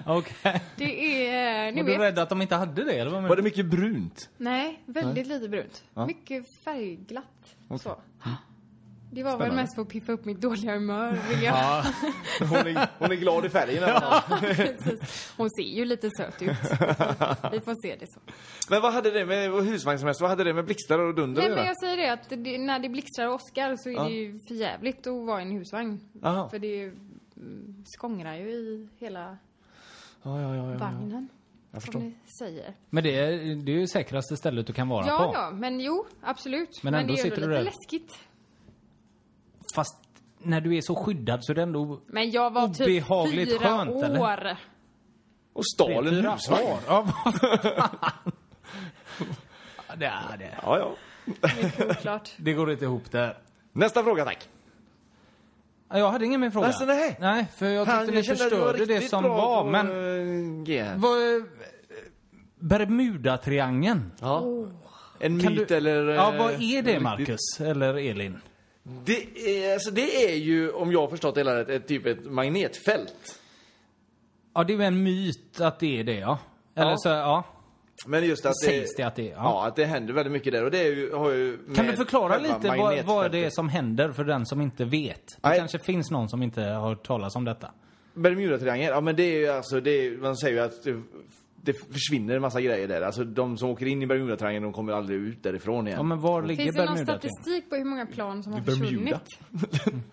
Okej. Det är... eh, Nu Var du vet, rädd att de inte hade det? Eller vad Var menar det du? mycket brunt? nej, väldigt lite brunt. Ja. Mycket färgglatt. Så. Okej. Det var väl Spännande. mest för att piffa upp mitt dåliga humör, vill jag. Hon är, hon är glad i färgen i alla fall. Precis. Hon ser ju lite söt ut. Vi får se det så. Men vad hade det med vår husvagnssemester, vad hade det med blixtar och dunder Nej att men göra? jag säger det att det, när det blixtrar och åskar så är Ja. det ju för jävligt att vara i en husvagn. Aha. För det är ju- mm, skångrar ju i hela Ja, ja, ja, ja. vagnen. förstår. som ni säger. Men det är, det är ju säkraste stället du kan vara Ja, på. ja, men jo, absolut. Men Men, ändå det är ju sitter du lite där. läskigt. Fast när du är så skyddad så är det ändå... Men jag var typ Obehagligt fyra skönt, år. eller? Och stal en Fyra husvagn. år. Ja, vad fan. det, är det. Ja, ja. Mycket oklart. det går inte ihop där. Nästa fråga tack. Jag hade ingen mer fråga. Alltså, nej. nej, för jag tyckte ni att du förstörde det riktigt som bra var. på, Men eh, G här. vad... eh, Bermudatriangeln. Ja. En Kan myt du- eller... eh, Ja, vad är det riktigt- Marcus? Eller Elin? Det är, alltså, det är ju, om jag har förstått det hela rätt, ett, typ ett magnetfält. Ja, det är ju en myt att det är det, ja. Eller Ja. så, ja. Men just att Sägs det att det är, ja. ja. att det händer väldigt mycket där och det är ju, har ju Kan med du förklara själva lite vad, vad det är magnetfältet. som händer för den som inte vet? Det Nej. kanske finns någon som inte har hört talas om detta. Bermudatriangeln, ja men det är ju alltså, det är, man säger ju att det, det försvinner en massa grejer där. Alltså de som åker in i Bermudatriangeln, de kommer aldrig ut därifrån igen. Ja, men var ligger Finns det någon Bermudatriangeln? statistik på hur många plan som har Bermuda. försvunnit?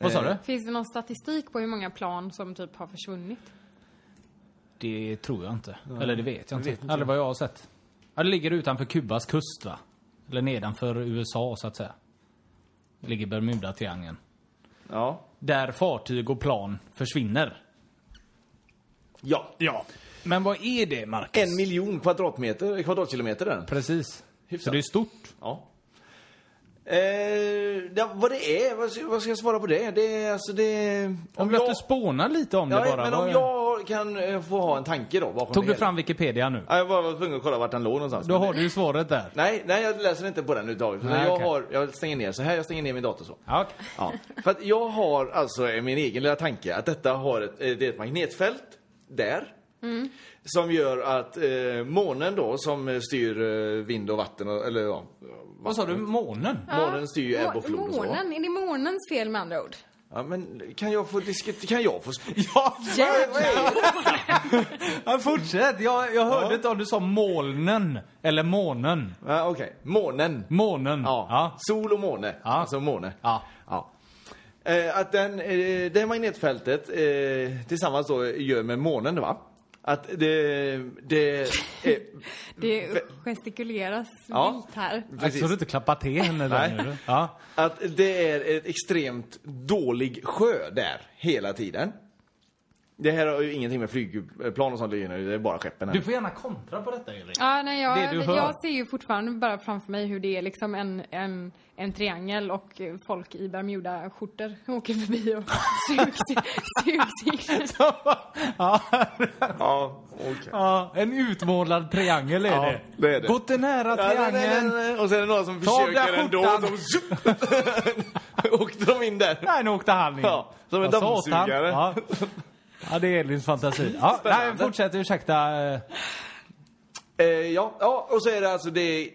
Vad Eh, sa du? Finns det någon statistik på hur många plan som typ har försvunnit? Det tror jag inte. Eller det vet jag inte. vet inte Eller vad jag har sett. Ja, det ligger utanför Kubas kust va? Eller nedanför USA så att säga. Det ligger Bermudatriangeln. Ja. Där fartyg och plan försvinner. Ja. ja. Men vad är det Marcus? En miljon kvadratmeter, kvadratkilometer är den. Precis. Så Hyfsat. det är stort. Ja. Eh, ja, vad det är, vad ska, vad ska jag svara på det? Det är alltså det... Om jag... att du spånar lite om ja, det bara. men Vad- om jag kan eh, få ha en tanke då bakom Tog det du fram Wikipedia nu? Ja, jag var var tvungen att kolla vart den låg någonstans. Då har du ju svaret där. Nej, nej, jag läser inte på den överhuvudtaget. Nej, jag, okej. har, jag stänger ner så här, jag stänger ner min dator så. Ja, okej. Ja. För att jag har alltså eh, min egen lilla tanke att detta har ett, eh, det är ett magnetfält där. Som gör att eh, månen då som eh, styr eh, vind och vatten, och- eller ja. Vad sa du? Månen? Månen styr ju ebb och flod och så. va? Månen? Är det månens fel med andra ord? Ja, men kan jag få diskutera? Kan jag få... sp- Ja, ja, fortsätt. Jag, jag hörde Ja. inte om du sa molnen eller månen. Ja, Okej, månen. Månen. Ja. Mm. Ja. Sol och måne. Ja. Alltså måne. Ja. Ja. Eh, att den, eh, det här magnetfältet eh, tillsammans då gör med månen, va? Att det... det eh, Det gestikuleras Ja. vilt här. Jag tror du inte klappa till henne där Nej. nu. Ja. Att det är ett extremt dålig sjö där hela tiden. Det här har ju ingenting med flygplan och sånt att göra, det är bara skeppen här. Du får gärna kontra på detta Erik. Ja, nej, Det jag, du hör. jag ser ju fortfarande bara framför mig hur det är liksom en, en, en triangel och folk i Bermuda-skjortor åker förbi och sugs i- sugs i. ja, Ja, okej. ja, en utmålad triangel är Ja, det. det är det. Gått den nära Ja, nej, nej, triangeln. nej, nej. Och sen är det några som Ta av försöker dig ändå. skjortan. Som, zup, åkte de in där. Nej, nu åkte han in. Ja, som en Vad sa åt han? dammsugare. Ja. ja, det är Elins fantasi. Ja, nej, Spännande. fortsätt, ursäkta. eh, Eh, ja, ja, och så är det alltså det...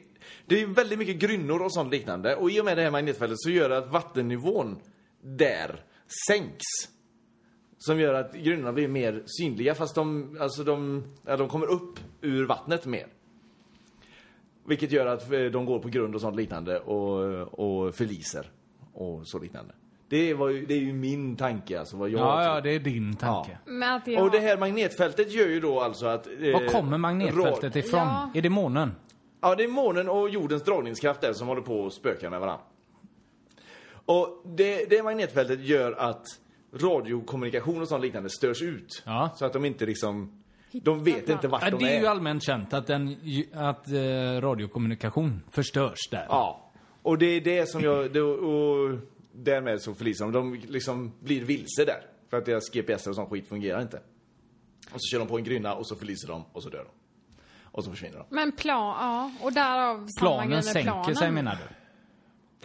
Det är väldigt mycket grynnor och sånt liknande. Och i och med det här magnetfältet så gör det att vattennivån där sänks. Som gör att grynnorna blir mer synliga fast de, alltså de, ja, de kommer upp ur vattnet mer. Vilket gör att eh, de går på grund och sånt liknande och, och förliser och så liknande. Det, var ju, det är ju min tanke alltså. Vad jag Ja, tror. ja, det är din tanke. Men att det Och det här magnetfältet gör ju då alltså att... eh, Var kommer rad- magnetfältet ifrån? Ja. Är det månen? Ja, det är månen och jordens dragningskraft där som håller på och spökar med varandra. Och det, det magnetfältet gör att radiokommunikation och sånt liknande störs ut. Ja. Så att de inte liksom... De vet inte vart Ja, de det är är. ju allmänt känt att, den, ju- att eh, radiokommunikation förstörs där. Ja. Och det är det som jag... Det, och därmed så förliser de. De liksom blir vilse där. För att deras GPS och sån skit fungerar inte. Och så kör de på en grynna och så förliser de och så dör de. Och så försvinner de. Men plan, ja. Och därav samma grej Planen med sänker planen. sig menar du?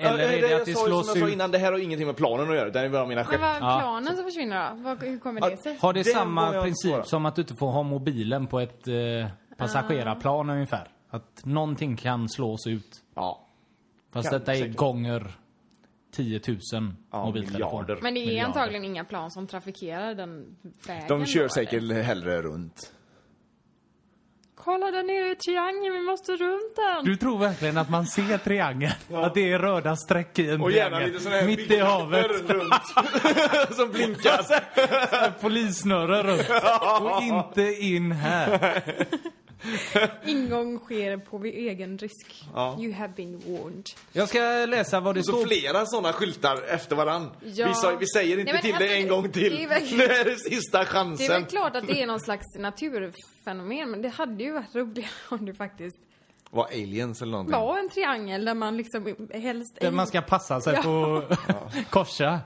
Eller Ja, är det att det jag sa ju slås som jag sa ut? innan, det här har ingenting med planen att göra. Det här är bara mina Men skepp. vad Ja. planen som försvinner då? Vad, hur kommer Ja, det sig? Har det, Det vågar samma jag princip svara. som att du inte får ha mobilen på ett eh, passagerarplan ungefär? Att någonting kan slås ut. Ja. Fast Kan- detta är säkert. gånger 10 000 Ja, mobiltelefoner. miljarder. Men det är Miljarder. antagligen inga plan som trafikerar den vägen. De då, kör eller? säkert hellre runt. Kolla där nere i triangeln, vi måste runt den. Du tror verkligen att man ser triangeln? Att det är röda streck i en Och gärna triangel? lite sån här Mitt i havet. runt. Som blinkar. Polissnöre runt. Och inte in här. Ingång sker på vid egen risk. Ja. You have been warned. Jag ska läsa vad det Så står. flera sådana skyltar efter varann. Ja. Vi, sa, vi säger inte Nej, men till alltså, dig en gång till. det är verkligen- Nu är det sista Det är chansen. väl klart att det är någon slags naturfenomen, men det hade ju varit roligare om det faktiskt Var aliens eller någonting? var en triangel där man liksom helst... Där man ska passa sig Ja. på korsa.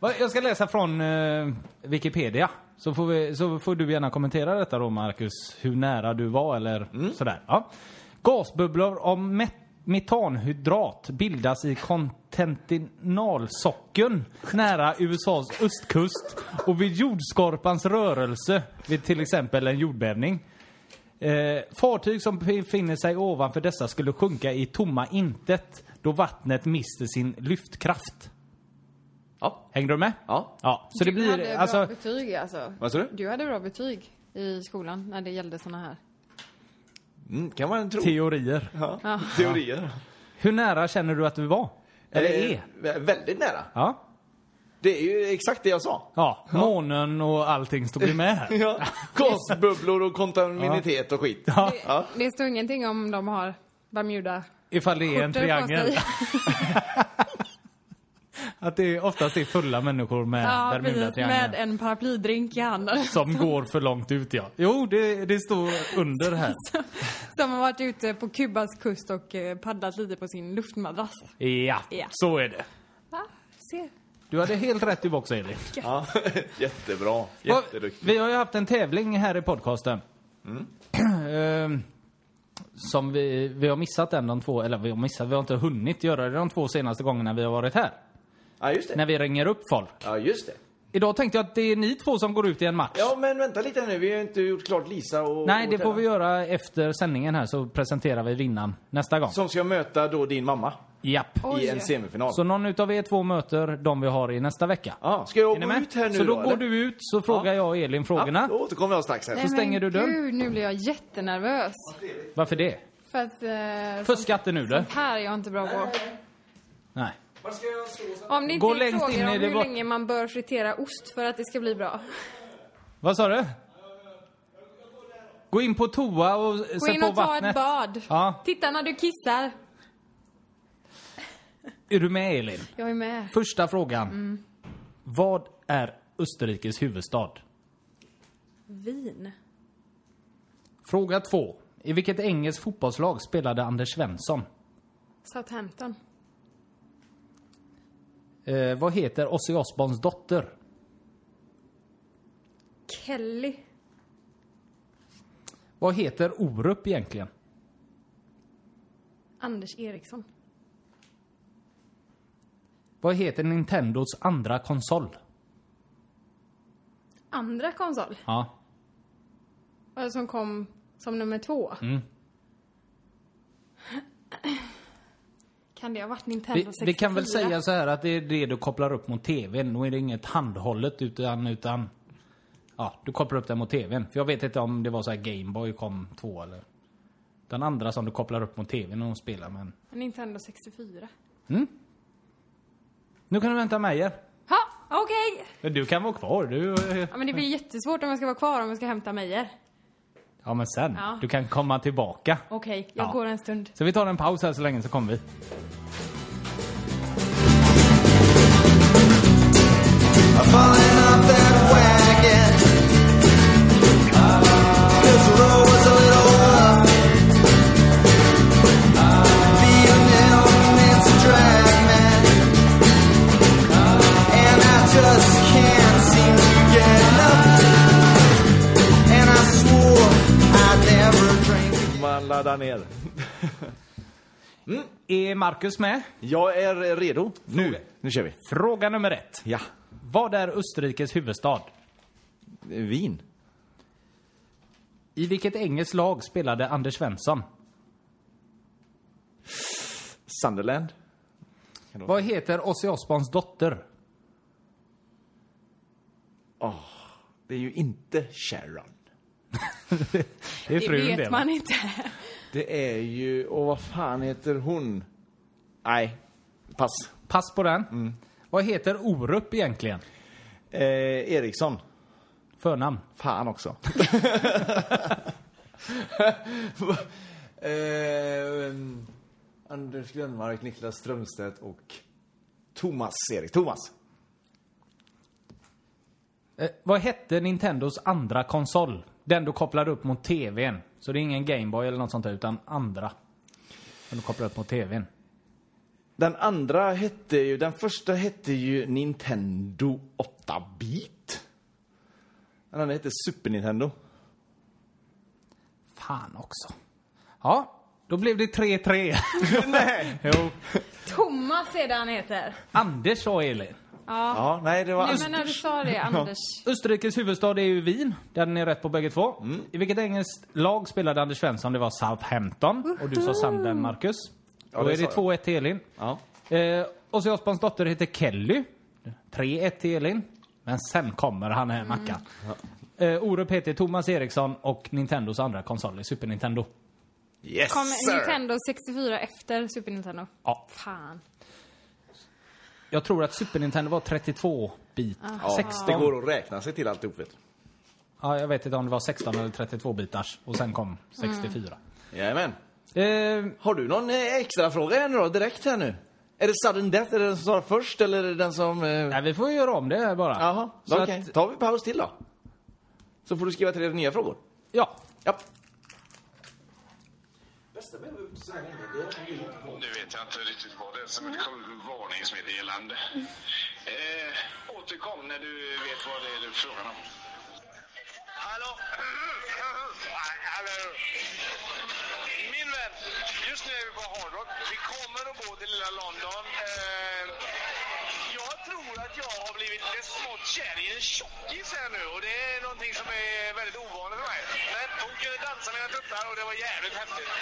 Va, Jag ska läsa från eh, Wikipedia. Så får, vi, så får du gärna kommentera detta då Marcus, hur nära du var eller Mm. sådär. Ja. Gasbubblor av met- metanhydrat bildas i kontinentalsockeln nära USAs östkust och vid jordskorpans rörelse vid till exempel en jordbävning. Eh, fartyg som befinner sig ovanför dessa skulle sjunka i tomma intet då vattnet mister sin lyftkraft. Ja. Hängde du med? ja. Ja, så det Du hade blir bra alltså... betyg alltså. Vad sa du? Du hade bra betyg i skolan när det gällde såna här. Mm, kan man tro. Teorier. Ja. Teorier. Hur nära känner du att du var? Eller är? Eh, väldigt nära. Ja. Det är ju exakt det jag sa. ja. Månen och allting stod ju med här. Ja. Gasbubblor och kontaminitet och skit. Ja. Ja. Det står ingenting om de har Bermuda Ifall det är en triangel. Att det är oftast är fulla människor med Ja, precis. Med Bermuda-triangeln. en paraplydrink i handen. Som går för långt ut ja. Jo, det, det står under här. Som har varit ute på Kubas kust och eh, paddlat lite på sin luftmadrass. Ja, Ja. så är det. Va? Se. Du hade helt rätt i box Elin. Ja. Jättebra. Va- Jätteduktig. Mm. Vi har ju haft en tävling här i podcasten. Ehm, Som vi, vi har missat den de två, eller vi har missat, vi har inte hunnit göra det de två senaste gångerna vi har varit här. Ja, just det. När vi ringer upp folk. Ja, just det. Idag tänkte jag att det är ni två som går ut i en match. Ja, men vänta lite nu. Vi har ju inte gjort klart Lisa och... Nej, och det får Tella. vi göra efter sändningen här så presenterar vi vinnaren nästa gång. Som ska möta då din mamma Japp. Oj. i en semifinal. Så någon utav er två möter de vi har i nästa vecka. Ja, ska jag Är ni gå med? ut här nu så då, då går eller? du ut så frågar jag och Elin frågorna. Ja, då återkommer jag strax här. Nej, stänger du men dörren. Gud, nu blir jag jättenervös. Varför det? För att... Eh, För skattenudel? här är jag inte bra på. Nej. Var ska jag stå? Om det inte Gå är längst in frågor i om det hur bort- länge man bör fritera ost för att det ska bli bra. Vad sa du? Gå in på toa och sätt Gå in på och ta vattnet. ett bad. Ja. Titta när du kissar. Är du med Elin? Jag är med. Mm. Första frågan. Vad är Österrikes huvudstad? Vin. Fråga två. I vilket engelskt fotbollslag spelade Anders Svensson? Southampton. Eh, vad heter Ozzy Osbournes dotter? Kelly. Vad heter Orup egentligen? Anders Eriksson. Vad heter Nintendos andra konsol? Andra konsol. Ja. eh, Som kom som nummer två. Mm. Kan det ha varit Nintendo Vi, 64? vi kan väl säga så här att det är det du kopplar upp mot tvn. Då är det inget handhållet utan, utan ja, du kopplar upp den mot tvn. För jag vet inte om det var så här Gameboy kom två eller den andra som du kopplar upp mot tvn och spelar men. Mm? Nintendo 64. Nu kan du vänta Meyer. Ha, okej! Du kan vara kvar. Du, eh, Ja, men det blir jättesvårt om jag ska vara kvar om jag ska hämta Meijer. ja men sen. Ja. Du kan komma tillbaka. Okej, jag Ja. går en stund. Så vi tar en paus här så länge så kommer vi. I'm falling off that wagon. This road was a little rough. Being down means a drag, man. And I just can't seem to get enough. And I swore I'd never drink again. Man laddar ner. Är Marcus med? Jag är redo. Nu. Nu kör vi. Fråga nummer ett. Ja. Vad är Österrikes huvudstad? Vin. I vilket engelskt lag spelade Anders Svensson? Sunderland. Vad heter Ozzy Osbournes dotter? Det är ju inte Sharon. Det är Det frun vet det, va? man inte. Det är ju... Och vad fan heter hon? Nej. Pass. Pass på den. Mm. Vad heter Orup egentligen? Eh, Eriksson. Förnamn. Fan också. eh, ehm, Anders Grönmark, Niklas Strömstedt och Thomas Erik. Thomas. Eh, vad hette Nintendos andra konsol? Den du kopplade upp mot tvn. Så det är ingen Gameboy eller något sånt där, utan andra. Som du kopplade upp mot tvn. Den andra hette ju, den första hette ju Nintendo 8-bit. Den andra hette Super Nintendo. Fan också. Ja, då blev det 3-3. nej! jo. Thomas är det han heter. Anders sa Elin. Ja, nej det var... Nej, men när du sa det, Anders. Österrikes huvudstad är ju Wien. Den är rätt på bägge två. Mm. I vilket engelskt lag spelade Anders Svensson? Det var Southampton. Och du sa Sandland, Marcus. Ja, Då det är det sa jag. 2-1 till Elin. Ja. Eh, Ozzy Osbournes dotter heter Kelly. 3-1 till Elin. Men sen kommer han här, Mackan. Mm. Eh, Orup heter Thomas Eriksson och Nintendos andra konsol är Super Nintendo. Yes Kom sir! Nintendo 64 efter Super Nintendo? Ja. Fan. Jag tror att Super Nintendo var 32-bit. Ja, 16. Det går att räkna sig till alltihop vet du. Ja, jag vet inte om det var 16 eller 32-bitars. Och sen kom 64. Jajamän. Eh, Har du någon eh, extra fråga här nu då, direkt här nu? Är det sudden death, är det den som svarar först eller är det den som... eh, Nej, vi får ju göra om det här bara. Jaha, Så okej. att, Tar vi paus till då? Så får du skriva tre nya frågor. ja. Ja. Nu vet jag inte riktigt vad det är, men det kom ett varningsmeddelande. Eh, återkom när du vet vad det är du frågar om. Hallå? Nej, Hallå? Min vän, just nu är vi på Hard Rock. Vi kommer att gå till lilla London. Eh, jag tror att jag har blivit ett smått kär i en tjockis här nu och det är någonting som är väldigt ovanligt för mig. Men hon kunde dansa mina tuttar och det var jävligt häftigt.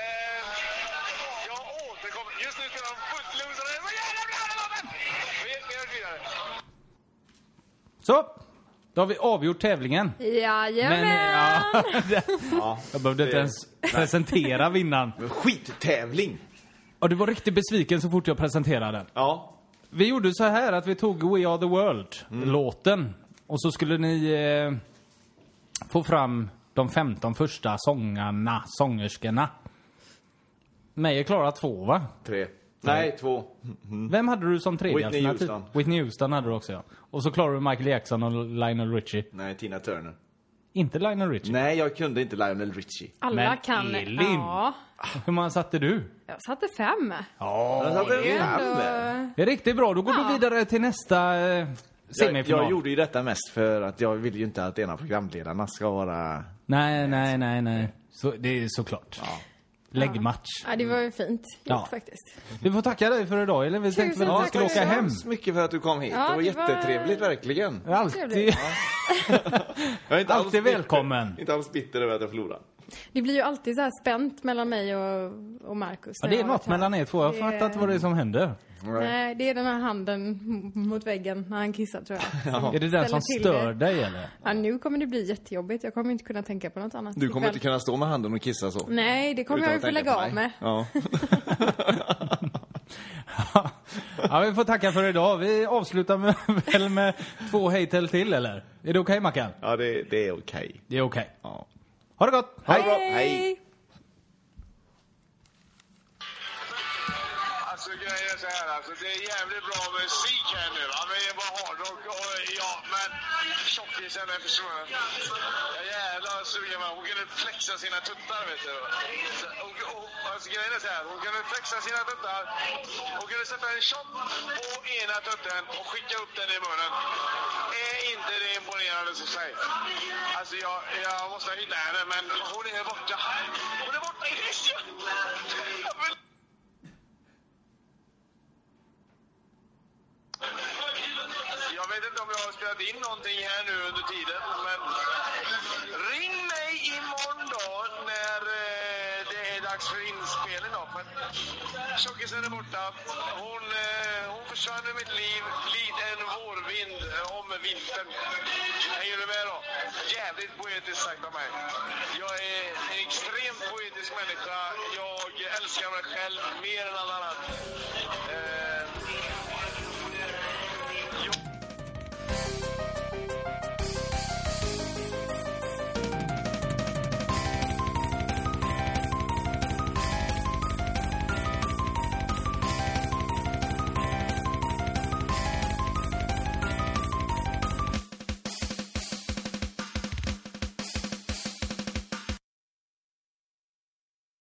Eh, jag återkommer. Just nu spelar de Footloose och det är så jävla bra! det var bäst! Vi vi hörs vidare. Så. Då har vi avgjort tävlingen. Jajamän! ja, ja. jag behövde inte Det- ens presentera vinnaren. Skittävling! Och du var riktigt besviken så fort jag presenterade den. Ja. Vi gjorde så här att vi tog We Are The Mm. World-låten. Och så skulle ni eh, få fram de 15 första sångarna, sångerskorna. Meyer klarar två, va? Tre. Nej, två. Vem hade du som tredje Mm. Whitney alternativ? Houston. Whitney Houston hade du också, ja. Och så klarade du Michael Jackson och Lionel Richie. Nej, Tina Turner. Inte Lionel Richie. Nej, jag kunde inte Lionel Richie. Alla Men kan... Elin. Ja, Hur många satte du? jag satte fem. Jag satte Det är fram ändå- det. Det är riktigt bra. Då går du Ja. vidare till nästa eh, jag, semifinal. jag gjorde ju detta mest för att jag vill ju inte att ena programledarna ska vara... Nej, nej, nej, nej. Så, det är såklart. Lägg match. Ja, det var ju fint gjort Ja. faktiskt. Vi får tacka dig för idag, eller vi tänkte väl att vi tack skulle åka själv. hem. Så mycket för att du kom hit. Ja, det var det var- jättetrevligt verkligen. Alltid, Trevligt. Jag är inte alltid bitter- välkommen. Inte alls bitter över att jag förlorade. Det blir ju alltid så här spänt mellan mig och, och Marcus. Ja, när det är jag har något varit här. mellan er två. Jag fattar inte vad det är som händer. Nej, det är den här handen m- mot väggen när han kissar tror jag. Som Är det den som ställer till stör det. dig eller? Ja, nu kommer det bli jättejobbigt. Jag kommer inte kunna tänka på något annat. Du kommer ikväll. inte kunna stå med handen och kissa så. Nej, det Mm, kommer Utan jag ju att tänka få lägga på av mig. med. Ja. ja, vi får tacka för idag. Vi avslutar med, väl med två hejtel till eller? Är det okej Mackan? Ja, det, det är okej. Det är okej. Ja. Ha det gott! Ha det bra. Hej! Alltså grejen är så här, alltså, det är jävligt bra musik här nu va. Men det var hårdrock och ja, men tjockisen är försvunnen. Jag är jävla sugen va. Hon kunde flexa sina tuttar vet du. Så, och, och, alltså grejen är så här, hon kunde flexa sina tuttar. Hon kunde sätta en shot på ena tutten och skicka upp den i munnen. Är inte det imponerande så säg. Alltså jag, jag måste hitta henne men hon är borta. Hon är borta! Jag vill Jag vet inte om jag har spelat in någonting här nu under tiden, men ring mig imorgon då när eh, det är dags för inspelning då. Men tjockisen är borta. Hon, eh, hon försvann ur mitt liv likt en vårvind eh, om vintern. Hänger du med då? Jävligt poetiskt sagt av mig. Jag är en extremt poetisk människa. Jag älskar mig själv mer än alla andra. Eh,